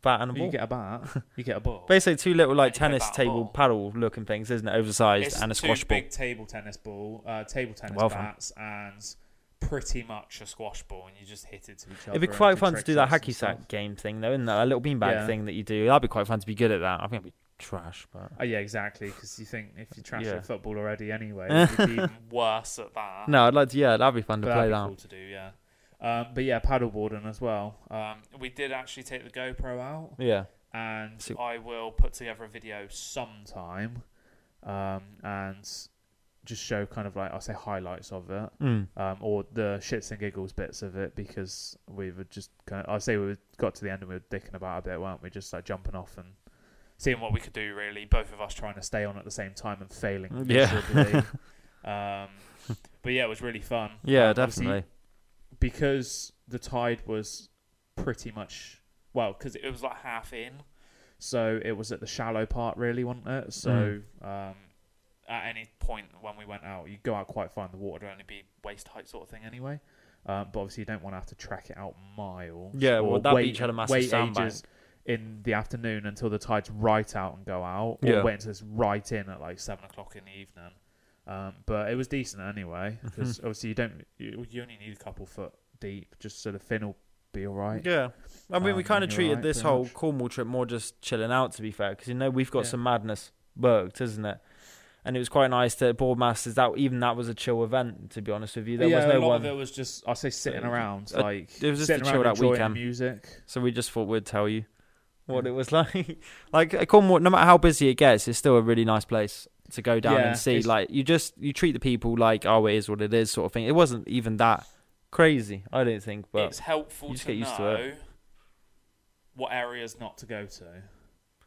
Speaker 2: bat and a ball.
Speaker 3: You get
Speaker 2: <laughs>
Speaker 3: a bat, you get a ball.
Speaker 2: Basically, two little like
Speaker 4: And you play
Speaker 2: tennis
Speaker 4: bat and
Speaker 2: table
Speaker 4: ball.
Speaker 2: paddle looking things, isn't it? Oversized
Speaker 3: It's
Speaker 2: and a
Speaker 3: two
Speaker 2: squash ball.
Speaker 3: big table tennis ball, uh, table tennis
Speaker 2: Well done.
Speaker 3: bats, and
Speaker 4: pretty much a squash ball, and you just hit it to each other.
Speaker 2: It'd be
Speaker 3: and
Speaker 2: quite
Speaker 3: do
Speaker 2: fun to
Speaker 3: trick
Speaker 2: do that
Speaker 3: shots
Speaker 2: hacky
Speaker 3: and
Speaker 2: sack
Speaker 3: stuff.
Speaker 2: game thing though, isn't that? A little beanbag
Speaker 3: Yeah.
Speaker 2: thing that you do. That'd be quite fun to be good at that. I think it'd be trash, but
Speaker 3: Oh yeah, exactly. Because you think if you trash
Speaker 2: Yeah.
Speaker 3: your football
Speaker 2: <laughs>
Speaker 3: already anyway, you'd be
Speaker 4: Even worse at
Speaker 3: Ah.
Speaker 4: that.
Speaker 2: no, I'd like to. Yeah, that'd be fun to
Speaker 3: But
Speaker 2: play
Speaker 3: that'd
Speaker 2: that.
Speaker 4: Cool to do, yeah.
Speaker 3: Um, but yeah, paddleboarding as well. Um,
Speaker 4: Um, we did actually take the GoPro out,
Speaker 2: Yeah,
Speaker 3: and
Speaker 2: So-
Speaker 4: I will put together a video sometime.
Speaker 3: time, um, and just show kind of like I'll say highlights of it,
Speaker 2: mm.
Speaker 3: um, or the shits and giggles bits of it because we were just kind of I say we were- got to the end and we were dicking about a bit, weren't we? Just like jumping off and
Speaker 4: Seeing what we could do, really. Both of us trying
Speaker 3: trying to stay on at the same time and failing
Speaker 2: Yeah.
Speaker 3: miserably. um, but yeah, it was really fun.
Speaker 2: yeah,
Speaker 3: Um, obviously,
Speaker 2: definitely.
Speaker 3: because the tide was pretty much well because
Speaker 4: because it was like half in.
Speaker 3: so it was at the shallow part really wasn't it so um
Speaker 4: At any point when we went
Speaker 3: went
Speaker 4: out,
Speaker 3: out you go out quite far in the
Speaker 4: it
Speaker 3: water
Speaker 4: would
Speaker 3: don't
Speaker 4: only be waist height sort of thing
Speaker 3: you,
Speaker 4: anyway.
Speaker 3: anyway um, but obviously you don't want to have to track it out miles
Speaker 2: Yeah, well,
Speaker 3: or
Speaker 2: that
Speaker 3: wait-
Speaker 2: beach had a massive
Speaker 3: wait
Speaker 2: sandbank.
Speaker 3: ages in the afternoon until the tide's right out and go out or
Speaker 2: Yeah.
Speaker 3: wait until it's right in at like seven o'clock in the evening um, but it was decent anyway
Speaker 2: Mm-hmm.
Speaker 3: because obviously you don't you, you only need a couple foot deep just so the fin will be all right
Speaker 2: Yeah, I mean,
Speaker 3: Um,
Speaker 2: we
Speaker 3: and
Speaker 2: kind of
Speaker 3: you're
Speaker 2: treated
Speaker 3: right,
Speaker 2: this
Speaker 3: pretty
Speaker 2: whole
Speaker 3: much.
Speaker 2: Cornwall trip more just chilling out, to be fair, because you know we've got
Speaker 3: Yeah.
Speaker 2: some madness booked, isn't it? And it was quite nice that Boardmasters that even that was a chill event, to be honest with you. There
Speaker 3: yeah,
Speaker 2: was
Speaker 3: a
Speaker 2: no
Speaker 3: lot
Speaker 2: one,
Speaker 3: of it was just I say sitting
Speaker 2: Uh,
Speaker 3: around,
Speaker 2: uh,
Speaker 3: like
Speaker 2: it was just
Speaker 3: sitting
Speaker 2: a
Speaker 3: around
Speaker 2: chilled out
Speaker 3: enjoying
Speaker 2: weekend.
Speaker 3: music.
Speaker 2: so we just thought we'd tell you what
Speaker 3: Yeah.
Speaker 2: it was <laughs> like. like uh, Cornwall, no matter how busy it gets, it's still a really nice place to go down
Speaker 3: Yeah,
Speaker 2: and see.
Speaker 3: it's-
Speaker 2: Like you just you treat the people like oh it is what it is sort of thing. It wasn't even that crazy, I don't think. But
Speaker 4: it's helpful
Speaker 2: you just
Speaker 4: to
Speaker 2: get used to
Speaker 4: know
Speaker 2: it.
Speaker 4: what areas not to go to,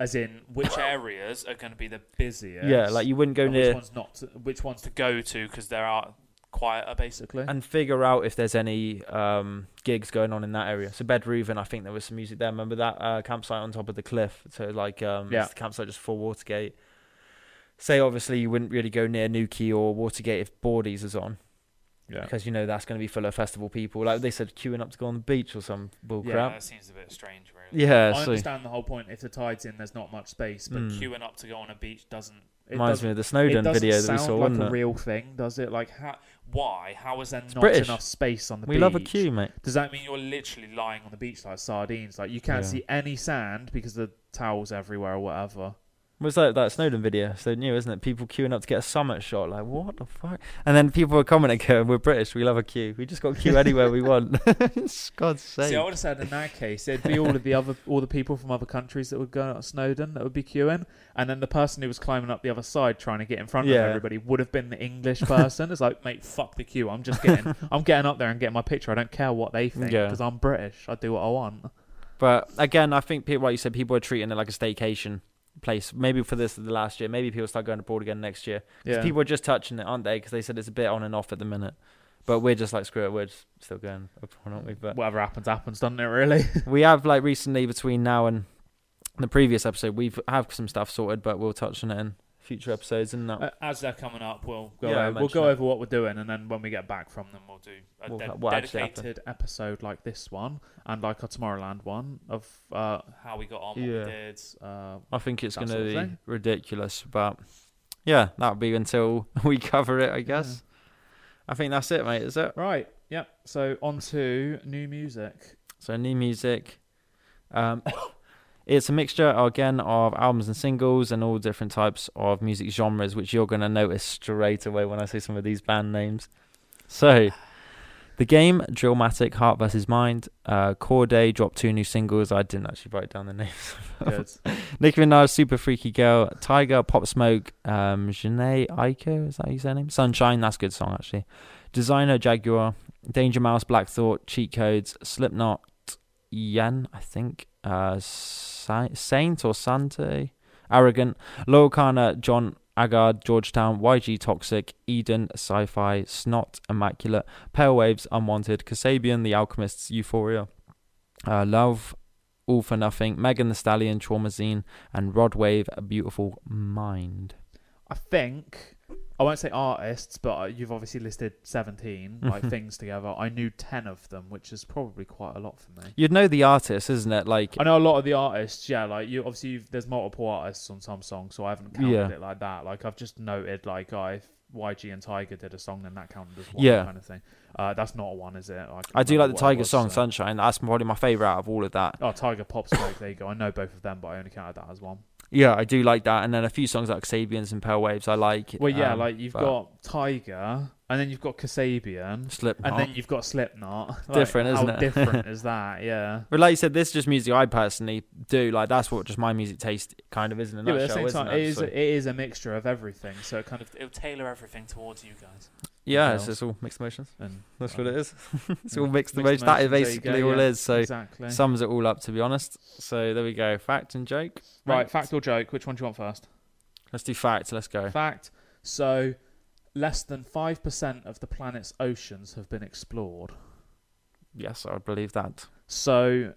Speaker 3: As in
Speaker 2: <coughs>
Speaker 4: which areas are going to be the
Speaker 3: busier.
Speaker 2: yeah, like you wouldn't go
Speaker 3: and
Speaker 2: near
Speaker 3: which ones not to, which ones
Speaker 4: to
Speaker 3: to
Speaker 4: go to because there are quieter, basically.
Speaker 3: basically.
Speaker 2: and figure out if there's any um, gigs going on in that area. So Bedrooven, I think there was some music there. Remember that uh, campsite on top of the cliff? So like, um, it's
Speaker 3: Yeah.
Speaker 2: the campsite just before Watergate. Say obviously you wouldn't really go near Newquay or Watergate if Bordies is on
Speaker 3: Yeah.
Speaker 2: because you know that's going to be full of festival people. Like they said, queuing up to go on the beach or some bull
Speaker 3: Yeah,
Speaker 2: crap.
Speaker 4: That seems a bit strange, really.
Speaker 2: Yeah,
Speaker 3: I
Speaker 2: so it
Speaker 3: understand the whole point. If the tide's in, there's not much space, but
Speaker 2: Mm.
Speaker 4: Queuing up to go on a beach doesn't.
Speaker 3: it
Speaker 2: reminds
Speaker 3: doesn't,
Speaker 2: me of the
Speaker 3: it
Speaker 2: Snowden
Speaker 3: doesn't
Speaker 2: video that
Speaker 3: sound
Speaker 2: we saw,
Speaker 3: like
Speaker 2: wasn't
Speaker 3: a
Speaker 2: it?
Speaker 3: real thing, does it? Like, how,
Speaker 4: Why? How is there not?
Speaker 3: not
Speaker 2: British.
Speaker 3: enough space on the
Speaker 2: we
Speaker 3: beach?
Speaker 2: love a queue, mate.
Speaker 3: Does that
Speaker 4: I mean, you're literally lying on the beach.
Speaker 3: beach like sardines. Like you can't
Speaker 2: Yeah.
Speaker 3: see any sand because the towels everywhere or whatever.
Speaker 2: It was like that Snowden video, so new, isn't it? People queuing up to get a summit shot, like what the fuck? And then people were commenting, <laughs> going, "We're British, we love a queue. We just got queue anywhere we want." <laughs> God's sake.
Speaker 3: See, I would have said in that case, it'd be all of the other all the people from other countries that would go out Snowden that would be queuing, and then the person who was climbing up the other side trying to get in front
Speaker 2: Yeah.
Speaker 3: of everybody would have been the English person. it's like, mate, fuck the queue. I'm just
Speaker 2: <laughs>
Speaker 3: getting, I'm getting up there and getting my picture. I don't care what they think
Speaker 2: Yeah.
Speaker 3: because I'm British. I do what I want.
Speaker 2: But again, I think people, like you said, people are treating it like a staycation place. Maybe for this the last year, maybe people start going abroad again next year. 'Cause
Speaker 3: Yeah,
Speaker 2: People are just touching it, aren't they? Because they said it's a bit on and off at the minute. But we're just like, screw it, we're just still going abroad, aren't we? But
Speaker 3: whatever happens, happens, doesn't it? Really?
Speaker 2: we have like recently between now and the previous episode, we've have some stuff sorted, but we'll touch on it in future episodes and that.
Speaker 3: Uh,
Speaker 4: As they're coming up, we'll
Speaker 3: Go
Speaker 2: Yeah, I
Speaker 3: over- we'll
Speaker 2: mentioned
Speaker 3: go
Speaker 2: that.
Speaker 3: over what we're doing, and then when we get back from
Speaker 4: from them. We'll do a
Speaker 2: We'll
Speaker 4: de-
Speaker 2: ha- what actually happened.
Speaker 4: dedicated
Speaker 3: episode like this one and like our Tomorrowland one of uh,
Speaker 4: how we got on, what
Speaker 2: Yeah.
Speaker 4: we did.
Speaker 3: uh
Speaker 2: I think it's
Speaker 3: That
Speaker 2: going to
Speaker 3: sort of
Speaker 2: be
Speaker 3: thing.
Speaker 2: ridiculous, but yeah, that'll be until <laughs> we cover it, I guess. I think that's it, mate. Is it?
Speaker 3: right yep so on to
Speaker 4: <laughs>
Speaker 3: new music
Speaker 2: So new music. Um, <coughs> it's a mixture again of albums and singles and all different types of music genres, which you're going to notice straight away when I say some of these band names. So, the game Drillmatic Heart versus Mind. Uh, Corday dropped two new singles. I didn't actually write down the names.
Speaker 3: good
Speaker 2: Nicki Minaj, Super Freaky Girl, Tiger, Pop Smoke, um, Janae Aiko, is that his name? Sunshine, that's a good song actually. Designer Jaguar, Danger Mouse, Black Thought, Cheat Codes, Slipknot, Yen, I think, uh, Sa- Saint or Sante, Arrogant, Lowell Kana, John Agard, Georgetown, YG Toxic, Eden, Sci Fi, Snot, Immaculate, Pale Waves, Unwanted, Kasabian, The Alchemists, Euphoria, uh, Love, all for Nothing, Megan the Stallion, Traumazine, and Rod Wave, A Beautiful Mind.
Speaker 3: i think i won't say artists but uh, you've obviously listed 17
Speaker 4: <laughs>
Speaker 3: like
Speaker 2: Mhm.
Speaker 3: things together i knew 10 of them which is probably quite a lot for me
Speaker 2: You'd know the artist, isn't it? Like,
Speaker 3: I know a lot of the artists, yeah. Like you, obviously, you've, there's multiple artists on some songs, so I haven't counted
Speaker 2: Yeah.
Speaker 3: it like that. Like I've just noted, like I, if YG and Tiger did a song, then that counted as one
Speaker 2: Yeah.
Speaker 3: kind of thing. Uh, that's not a one, is it? can't
Speaker 2: I do like
Speaker 3: remember
Speaker 2: the
Speaker 3: what it
Speaker 2: Tiger
Speaker 3: was, uh,
Speaker 2: song,
Speaker 3: so-
Speaker 2: Sunshine. That's probably my favourite out of all of that.
Speaker 3: Oh, Tiger Pop Smoke. there you go. I know both of them, but I only counted that as one.
Speaker 2: Yeah, I do like that. And then a few songs like Sabians and Pale Waves, I like.
Speaker 3: Well, yeah,
Speaker 2: um,
Speaker 3: like you've
Speaker 2: but-
Speaker 3: got Tiger, and then you've got Kasabian,
Speaker 2: Slipknot.
Speaker 3: and then you've got Slipknot. Like,
Speaker 2: different, isn't
Speaker 3: how
Speaker 2: it? <laughs>
Speaker 3: different is that? Yeah.
Speaker 2: But like you said, this is just music I personally do. Like that's what just my music taste kind of is in a
Speaker 3: Yeah, but at the
Speaker 2: nutshell,
Speaker 3: same
Speaker 2: isn't
Speaker 3: time, it
Speaker 2: it?
Speaker 3: is,
Speaker 2: So-
Speaker 3: it is a mixture of everything. So it kind
Speaker 4: Kind of, it'll tailor everything towards you guys.
Speaker 2: yeah,
Speaker 3: Yeah.
Speaker 2: it's just all mixed emotions.
Speaker 3: of and
Speaker 2: That's
Speaker 3: what
Speaker 2: what
Speaker 3: it
Speaker 2: it is. <laughs> it's
Speaker 3: Yeah.
Speaker 2: all mixed, emotions.
Speaker 3: Mixed
Speaker 2: That is
Speaker 3: emotions, there
Speaker 2: basically
Speaker 3: you go,
Speaker 2: all
Speaker 3: yeah.
Speaker 2: is. So
Speaker 3: exactly
Speaker 2: sums it all up, to be honest. So there we go. Fact and joke.
Speaker 3: right. Fact or joke? Which one do you want first?
Speaker 2: Let's do fact. Let's go.
Speaker 3: Fact. So less than five percent of the planet's oceans have been explored.
Speaker 2: Yes, I believe that.
Speaker 3: So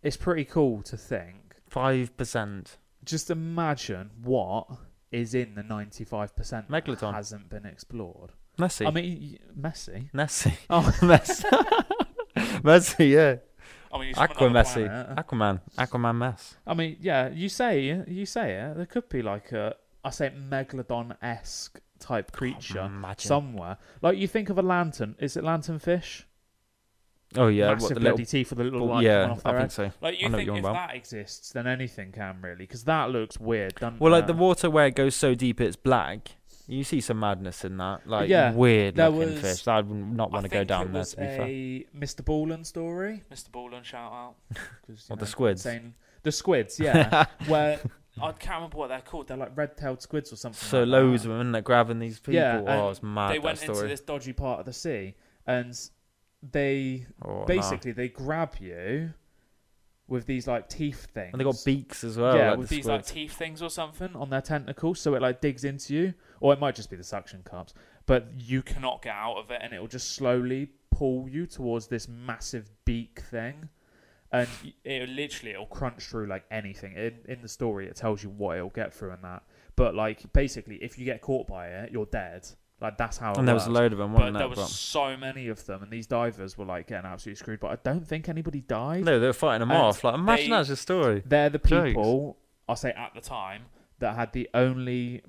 Speaker 3: it's pretty cool to think
Speaker 2: Five percent.
Speaker 3: just imagine what is in the 95% that
Speaker 2: Megalodon.
Speaker 3: hasn't been explored.
Speaker 2: Messi.
Speaker 3: I mean, y- messy.
Speaker 2: Messi.
Speaker 3: <laughs> Oh.
Speaker 2: <laughs> Messi.
Speaker 3: <laughs>
Speaker 2: Messi. Yeah.
Speaker 4: I mean, he's from
Speaker 2: Aqua
Speaker 4: another
Speaker 2: Messi.
Speaker 4: planet.
Speaker 3: planet.
Speaker 2: Aquaman. Aquaman mess.
Speaker 3: I mean, yeah, you say you say it. There could be like a I say megalodon-esque type creature
Speaker 2: Imagine.
Speaker 3: somewhere. Like you think of a lantern. Is it lanternfish?
Speaker 2: oh yeah.
Speaker 3: massive
Speaker 2: What, the
Speaker 3: bloody
Speaker 2: little,
Speaker 3: teeth with a little light coming
Speaker 2: yeah.
Speaker 3: off
Speaker 2: I
Speaker 3: their
Speaker 2: think
Speaker 3: head.
Speaker 2: so.
Speaker 4: Like
Speaker 2: I
Speaker 4: you
Speaker 2: know what
Speaker 4: think
Speaker 2: you're on
Speaker 4: if
Speaker 2: about.
Speaker 4: that
Speaker 3: Exists, then anything can really, because that looks weird. Doesn't
Speaker 2: Well, like
Speaker 3: it?
Speaker 2: the water where it goes so deep it's black. You see some madness in that, like
Speaker 3: Yeah,
Speaker 2: weird
Speaker 3: there
Speaker 2: looking
Speaker 3: was-
Speaker 2: fish. I would not want to go
Speaker 4: think
Speaker 2: down
Speaker 4: it
Speaker 2: there.
Speaker 4: was
Speaker 2: To be fair,
Speaker 3: a Mr. Borland story.
Speaker 4: Mr. Ballin shout
Speaker 2: <laughs>
Speaker 4: out.
Speaker 3: 'cause, you
Speaker 2: What, the
Speaker 3: know,
Speaker 2: squids?
Speaker 3: saying- the
Speaker 2: <laughs>
Speaker 3: squids, yeah. where
Speaker 4: I can't remember what they're called.
Speaker 3: They're
Speaker 4: They're
Speaker 3: like red-tailed squids or something.
Speaker 2: so
Speaker 3: like
Speaker 2: loads
Speaker 3: that.
Speaker 2: of them isn't it, grabbing these people.
Speaker 3: Yeah, and
Speaker 2: oh, it's mad
Speaker 4: they
Speaker 2: that
Speaker 4: went into
Speaker 2: story.
Speaker 4: this.
Speaker 3: this dodgy part of the sea, and they
Speaker 2: Oh, nah.
Speaker 3: basically they grab you with these like teeth things.
Speaker 2: and they got beaks as well.
Speaker 3: Yeah,
Speaker 2: like
Speaker 3: with
Speaker 2: the
Speaker 4: These like
Speaker 2: squids.
Speaker 4: teeth things or something.
Speaker 3: on their tentacles, so it like digs into you, or it might just be the suction cups. but you cannot get out of it, and it will just slowly pull you towards this massive beak thing, and y- it will literally it'll crunch through like anything. In in the story, it tells you what it'll get through and that, but like basically, if you get caught by it, you're dead. Like that's how. It
Speaker 2: and there was a
Speaker 3: works.
Speaker 2: load of them,
Speaker 3: But
Speaker 2: wasn't
Speaker 3: there
Speaker 2: there?
Speaker 3: was so many of them, and these divers were like getting absolutely screwed. But I don't think anybody
Speaker 2: But-
Speaker 3: died.
Speaker 2: no, they were fighting them
Speaker 3: And
Speaker 2: off. Like, imagine
Speaker 4: they-
Speaker 2: that's your story.
Speaker 3: They're the
Speaker 2: Jokes.
Speaker 3: people I'll say at the time that had the only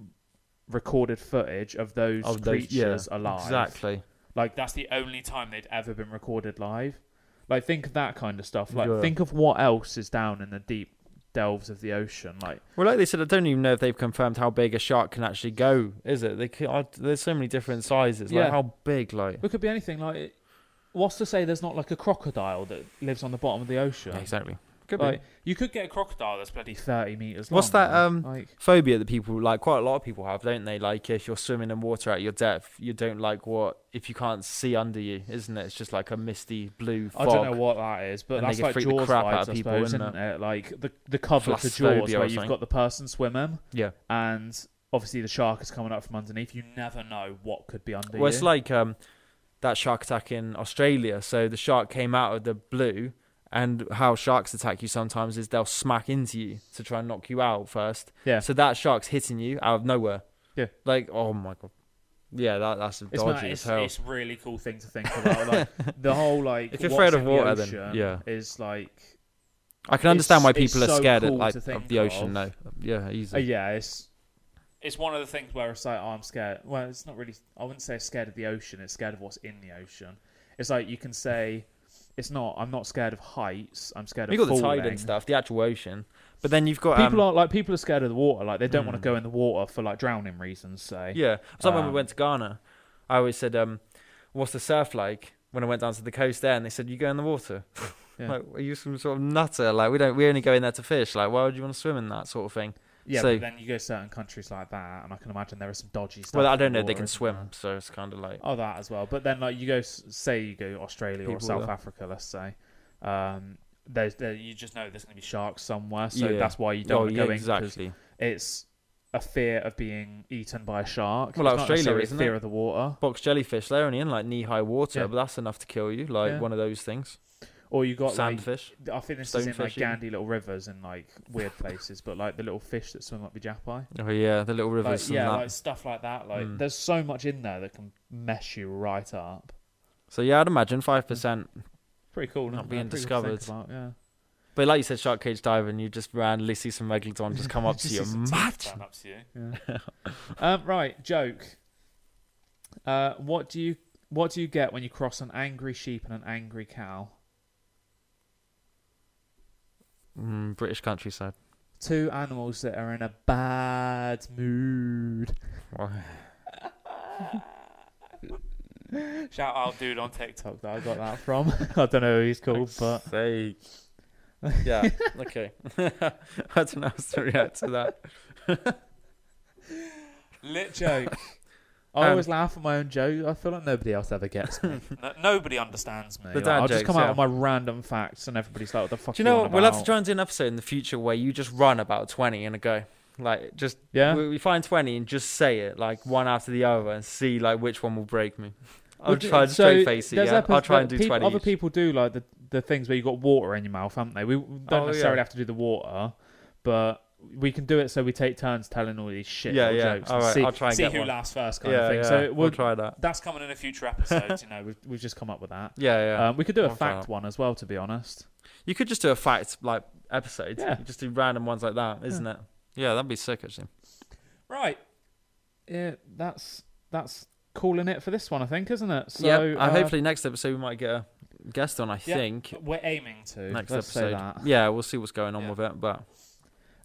Speaker 3: recorded footage of those
Speaker 2: Of those- yeah,
Speaker 3: creatures alive.
Speaker 2: Exactly.
Speaker 3: Like that's the only time they'd ever been recorded live. Like think of that kind of stuff. Like
Speaker 2: Yeah.
Speaker 3: think of what else is down in the deep delves of the ocean. Like
Speaker 2: Well, like they said, I don't even know if they've confirmed how big a shark can actually go. Is it? They c I there's so many different sizes. Like
Speaker 3: Yeah.
Speaker 2: how big? Like
Speaker 3: it could be anything. Like it- what's to say there's not like a crocodile that lives on the bottom of the ocean?
Speaker 2: exactly. Could be.
Speaker 3: Like
Speaker 4: You could get a crocodile that's bloody.
Speaker 3: thirty meters.
Speaker 2: What's
Speaker 3: long,
Speaker 2: that,
Speaker 3: man.
Speaker 2: um,
Speaker 3: Like
Speaker 2: phobia that people like quite a lot of people have don't they like if you're swimming in water at your depth you don't like what if you can't see under you isn't it it's just like a misty blue
Speaker 3: I
Speaker 2: fog
Speaker 3: don't know what that is,
Speaker 2: And
Speaker 3: but
Speaker 2: they
Speaker 3: that's
Speaker 2: could
Speaker 3: like
Speaker 2: freak the
Speaker 3: Jaws
Speaker 2: crap
Speaker 3: vibes,
Speaker 2: out of
Speaker 3: I
Speaker 2: people,
Speaker 3: suppose,
Speaker 2: isn't
Speaker 3: isn't it? Like the the cover for
Speaker 2: Thalassophobia
Speaker 3: Jaws,
Speaker 2: or
Speaker 3: where you've
Speaker 2: something.
Speaker 3: got the person swimming
Speaker 2: yeah
Speaker 3: and obviously the shark is coming up from underneath. You never know what could be under
Speaker 2: well it's
Speaker 3: you.
Speaker 2: like um that shark attack in australia so the shark came out of the blue and how sharks attack you sometimes is they'll smack into you to try and knock you out first
Speaker 3: yeah,
Speaker 2: so that shark's hitting you out of nowhere
Speaker 3: Yeah.
Speaker 2: like oh my god yeah that, that's
Speaker 3: it's,
Speaker 2: dodgy
Speaker 3: not,
Speaker 2: as
Speaker 3: it's,
Speaker 2: hell
Speaker 3: it's really cool thing to think about. Like
Speaker 2: <laughs>
Speaker 3: the whole like
Speaker 2: If you're
Speaker 3: what's
Speaker 2: afraid of
Speaker 3: in the
Speaker 2: water, then,
Speaker 3: ocean
Speaker 2: yeah.
Speaker 3: is like
Speaker 2: i can understand why
Speaker 3: it's- it's
Speaker 2: people are
Speaker 3: so
Speaker 2: scared
Speaker 3: cool
Speaker 2: at, like,
Speaker 3: to think
Speaker 2: of the ocean
Speaker 3: of.
Speaker 2: though yeah easy
Speaker 3: uh, yeah, it's
Speaker 4: It's one of the things where
Speaker 3: where it's like oh, I'm scared. Well, it's not really. I wouldn't say scared of the ocean. It's scared of what's in the ocean. It's like you can say. It's not. I'm not scared of heights. I'm scared
Speaker 2: You
Speaker 3: of
Speaker 2: got the tide
Speaker 3: falling.
Speaker 2: and stuff, the actual ocean, but then you've got
Speaker 3: people
Speaker 2: um,
Speaker 3: are like people are scared of the water. Like they don't want
Speaker 2: Mm.
Speaker 3: to go in the water for like drowning reasons. Say
Speaker 2: yeah. So when we
Speaker 3: um,
Speaker 2: went to Ghana, I always said, um, "What's the surf like?" When I went down to the coast there, and they said, "You go in the water."
Speaker 3: <laughs> Yeah.
Speaker 2: Like, are you some sort of nutter? Like, we don't. We only go in there to fish. Like, why would you want to swim in that sort of thing?
Speaker 3: yeah.
Speaker 2: so-
Speaker 3: but then you go to certain countries like that, and I can imagine there are some dodgy stuff.
Speaker 2: well, I
Speaker 3: in the
Speaker 2: don't know. They
Speaker 3: water,
Speaker 2: can
Speaker 3: isn't
Speaker 2: swim,
Speaker 3: there?
Speaker 2: so it's kind of like
Speaker 3: Oh, that as well. But then like you go, s- say you go Australia or
Speaker 2: People
Speaker 3: South
Speaker 2: there.
Speaker 3: Africa, let's say. Um, there's there, you just know there's going to be sharks somewhere, so
Speaker 2: Yeah.
Speaker 3: that's why you don't
Speaker 2: oh,
Speaker 3: want to
Speaker 2: yeah,
Speaker 3: go in 'cause
Speaker 2: exactly.
Speaker 3: it's a fear of being eaten by a
Speaker 2: Well,
Speaker 3: shark. It's
Speaker 2: like
Speaker 3: not
Speaker 2: Australia,
Speaker 3: necessarily a
Speaker 2: isn't
Speaker 3: fear
Speaker 2: it?
Speaker 3: of the water.
Speaker 2: Box jellyfish, they're only in like knee high water,
Speaker 3: Yeah.
Speaker 2: but that's enough to kill you. Like
Speaker 3: Yeah.
Speaker 2: one of those things,
Speaker 3: Or you got like
Speaker 2: sandfish.
Speaker 3: I think this is in
Speaker 2: Stonefish
Speaker 3: like
Speaker 2: even.
Speaker 3: gandy little rivers and like weird places, but like the little fish that swim up the Japai.
Speaker 2: oh yeah, the little rivers
Speaker 3: Like,
Speaker 2: and
Speaker 3: yeah,
Speaker 2: that.
Speaker 3: like stuff like that. Like
Speaker 2: Mm.
Speaker 3: there's so much in there that can mess you right up.
Speaker 2: so yeah, I'd imagine five percent
Speaker 3: Pretty cool.
Speaker 2: Not
Speaker 3: isn't it?
Speaker 2: being
Speaker 3: Pretty cool to think
Speaker 2: discovered.
Speaker 3: about, yeah.
Speaker 2: But like you said, shark cage diving, you just randomly see some
Speaker 3: <laughs>
Speaker 2: megalodon just come up to
Speaker 3: Just
Speaker 2: you.
Speaker 3: see some teeth
Speaker 2: Imagine.
Speaker 4: stand up to you.
Speaker 3: <laughs> um, right, joke. Uh, what do you what do you get when you cross an angry sheep and an angry cow?
Speaker 2: Mm, British countryside.
Speaker 3: Two animals that are in a bad mood. <laughs>
Speaker 4: Shout out, dude, on TikTok.
Speaker 3: Talk that I got that from. <laughs> I don't know who he's called, but
Speaker 2: Say.
Speaker 3: <laughs>
Speaker 2: Yeah. Okay. <laughs> I don't know how to react to that.
Speaker 4: Lit
Speaker 2: <laughs>
Speaker 3: joke. I
Speaker 2: Um,
Speaker 3: always laugh at my own joke. I feel like nobody else ever gets
Speaker 2: <laughs>
Speaker 3: me.
Speaker 4: No, nobody understands me.
Speaker 2: The
Speaker 3: Like,
Speaker 2: dad
Speaker 3: I'll just
Speaker 2: jokes,
Speaker 3: come out
Speaker 2: yeah.
Speaker 3: with my random facts, and everybody's like, "What the fuck?"
Speaker 2: Do you know
Speaker 3: on
Speaker 2: what? We'll have to
Speaker 3: about?"
Speaker 2: try and do an episode in the future where you just run about twenty in a go. Like just
Speaker 3: Yeah,
Speaker 2: we, we find twenty and just say it like one after the other and see like which one will break me. I'll
Speaker 3: Well, do-
Speaker 2: try and
Speaker 3: so
Speaker 2: straight face it.
Speaker 3: there's
Speaker 2: Yeah.
Speaker 3: epi-
Speaker 2: I'll try
Speaker 3: like,
Speaker 2: and do
Speaker 3: peop-
Speaker 2: twenty.
Speaker 3: Other
Speaker 2: each.
Speaker 3: people do like the the things where you got water in your mouth, haven't they? We don't
Speaker 2: Oh,
Speaker 3: necessarily
Speaker 2: yeah.
Speaker 3: have to do the water, but we can do it so we take turns telling all these shit
Speaker 2: Yeah,
Speaker 3: little
Speaker 2: yeah.
Speaker 3: jokes.
Speaker 2: All
Speaker 3: and
Speaker 2: right.
Speaker 3: see,
Speaker 2: I'll try and
Speaker 4: See
Speaker 2: get
Speaker 4: who
Speaker 2: one.
Speaker 4: laughs first, kind
Speaker 3: Yeah.
Speaker 4: of.
Speaker 3: thing. So it
Speaker 2: we'll
Speaker 3: would-
Speaker 2: try that.
Speaker 4: That's coming in a future episode. you know,
Speaker 3: no, we've, we've just come up with that.
Speaker 2: Yeah, <laughs> yeah.
Speaker 3: Um, we could do a
Speaker 2: I'll try
Speaker 3: fact
Speaker 2: that.
Speaker 3: one as well, to be honest.
Speaker 2: You could just do a fact like episode.
Speaker 3: Yeah.
Speaker 2: You just do random ones like that, isn't it? Yeah, that'd be sick actually.
Speaker 3: Right. Yeah, that's that's calling it for this one, I think, isn't it? So
Speaker 2: yeah. And
Speaker 3: uh,
Speaker 2: hopefully next episode we might get a guest on. I
Speaker 4: Yeah.
Speaker 2: think
Speaker 4: we're aiming to.
Speaker 2: next
Speaker 3: let's say
Speaker 2: episode.
Speaker 3: that.
Speaker 2: Yeah, we'll see what's going on
Speaker 4: Yeah.
Speaker 2: with it. But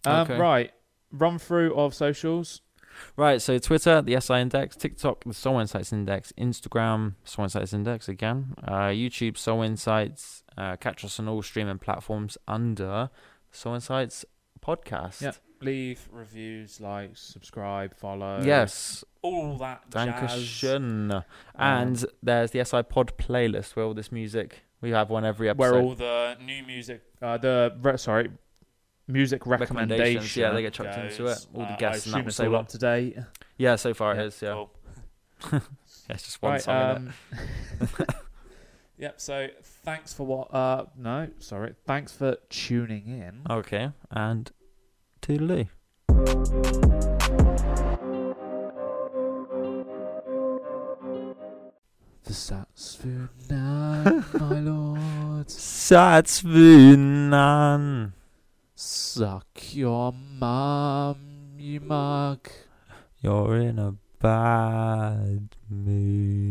Speaker 3: Um,
Speaker 2: okay.
Speaker 3: Right. Run through of socials.
Speaker 2: right, so Twitter, the SI Index, TikTok, the Soul Insights Index, Instagram, Soul Insights Index again, uh, YouTube, Soul Insights. Uh, catch us on all streaming platforms under Soul Insights podcast.
Speaker 3: Yeah. Leave reviews, like, subscribe, follow.
Speaker 2: Yes,
Speaker 4: All that jazz.
Speaker 2: Dankeschön. And there's the SI Pod playlist where all this music. We have one every episode.
Speaker 4: Where all the new music
Speaker 3: Uh, the re- sorry, music recommendation.
Speaker 2: recommendations. Yeah, they get chucked
Speaker 4: goes,
Speaker 2: into it. All
Speaker 4: uh,
Speaker 2: the
Speaker 4: I
Speaker 2: guests and
Speaker 3: Assume
Speaker 2: that
Speaker 3: it's
Speaker 2: say
Speaker 3: all
Speaker 2: well.
Speaker 3: up to date.
Speaker 2: Yeah, so far
Speaker 3: Yeah.
Speaker 2: it is. Yeah.
Speaker 4: well,
Speaker 2: Yeah, it's just one
Speaker 3: right,
Speaker 2: song. innit?
Speaker 3: um, <laughs> yep. So thanks for what? Uh, no, sorry. Thanks for tuning in.
Speaker 2: Okay, and toodaloo.
Speaker 3: The Satsfood night, my lord.
Speaker 2: Satsvunan.
Speaker 3: Suck your mum, you mug.
Speaker 2: You're in a bad mood. <laughs>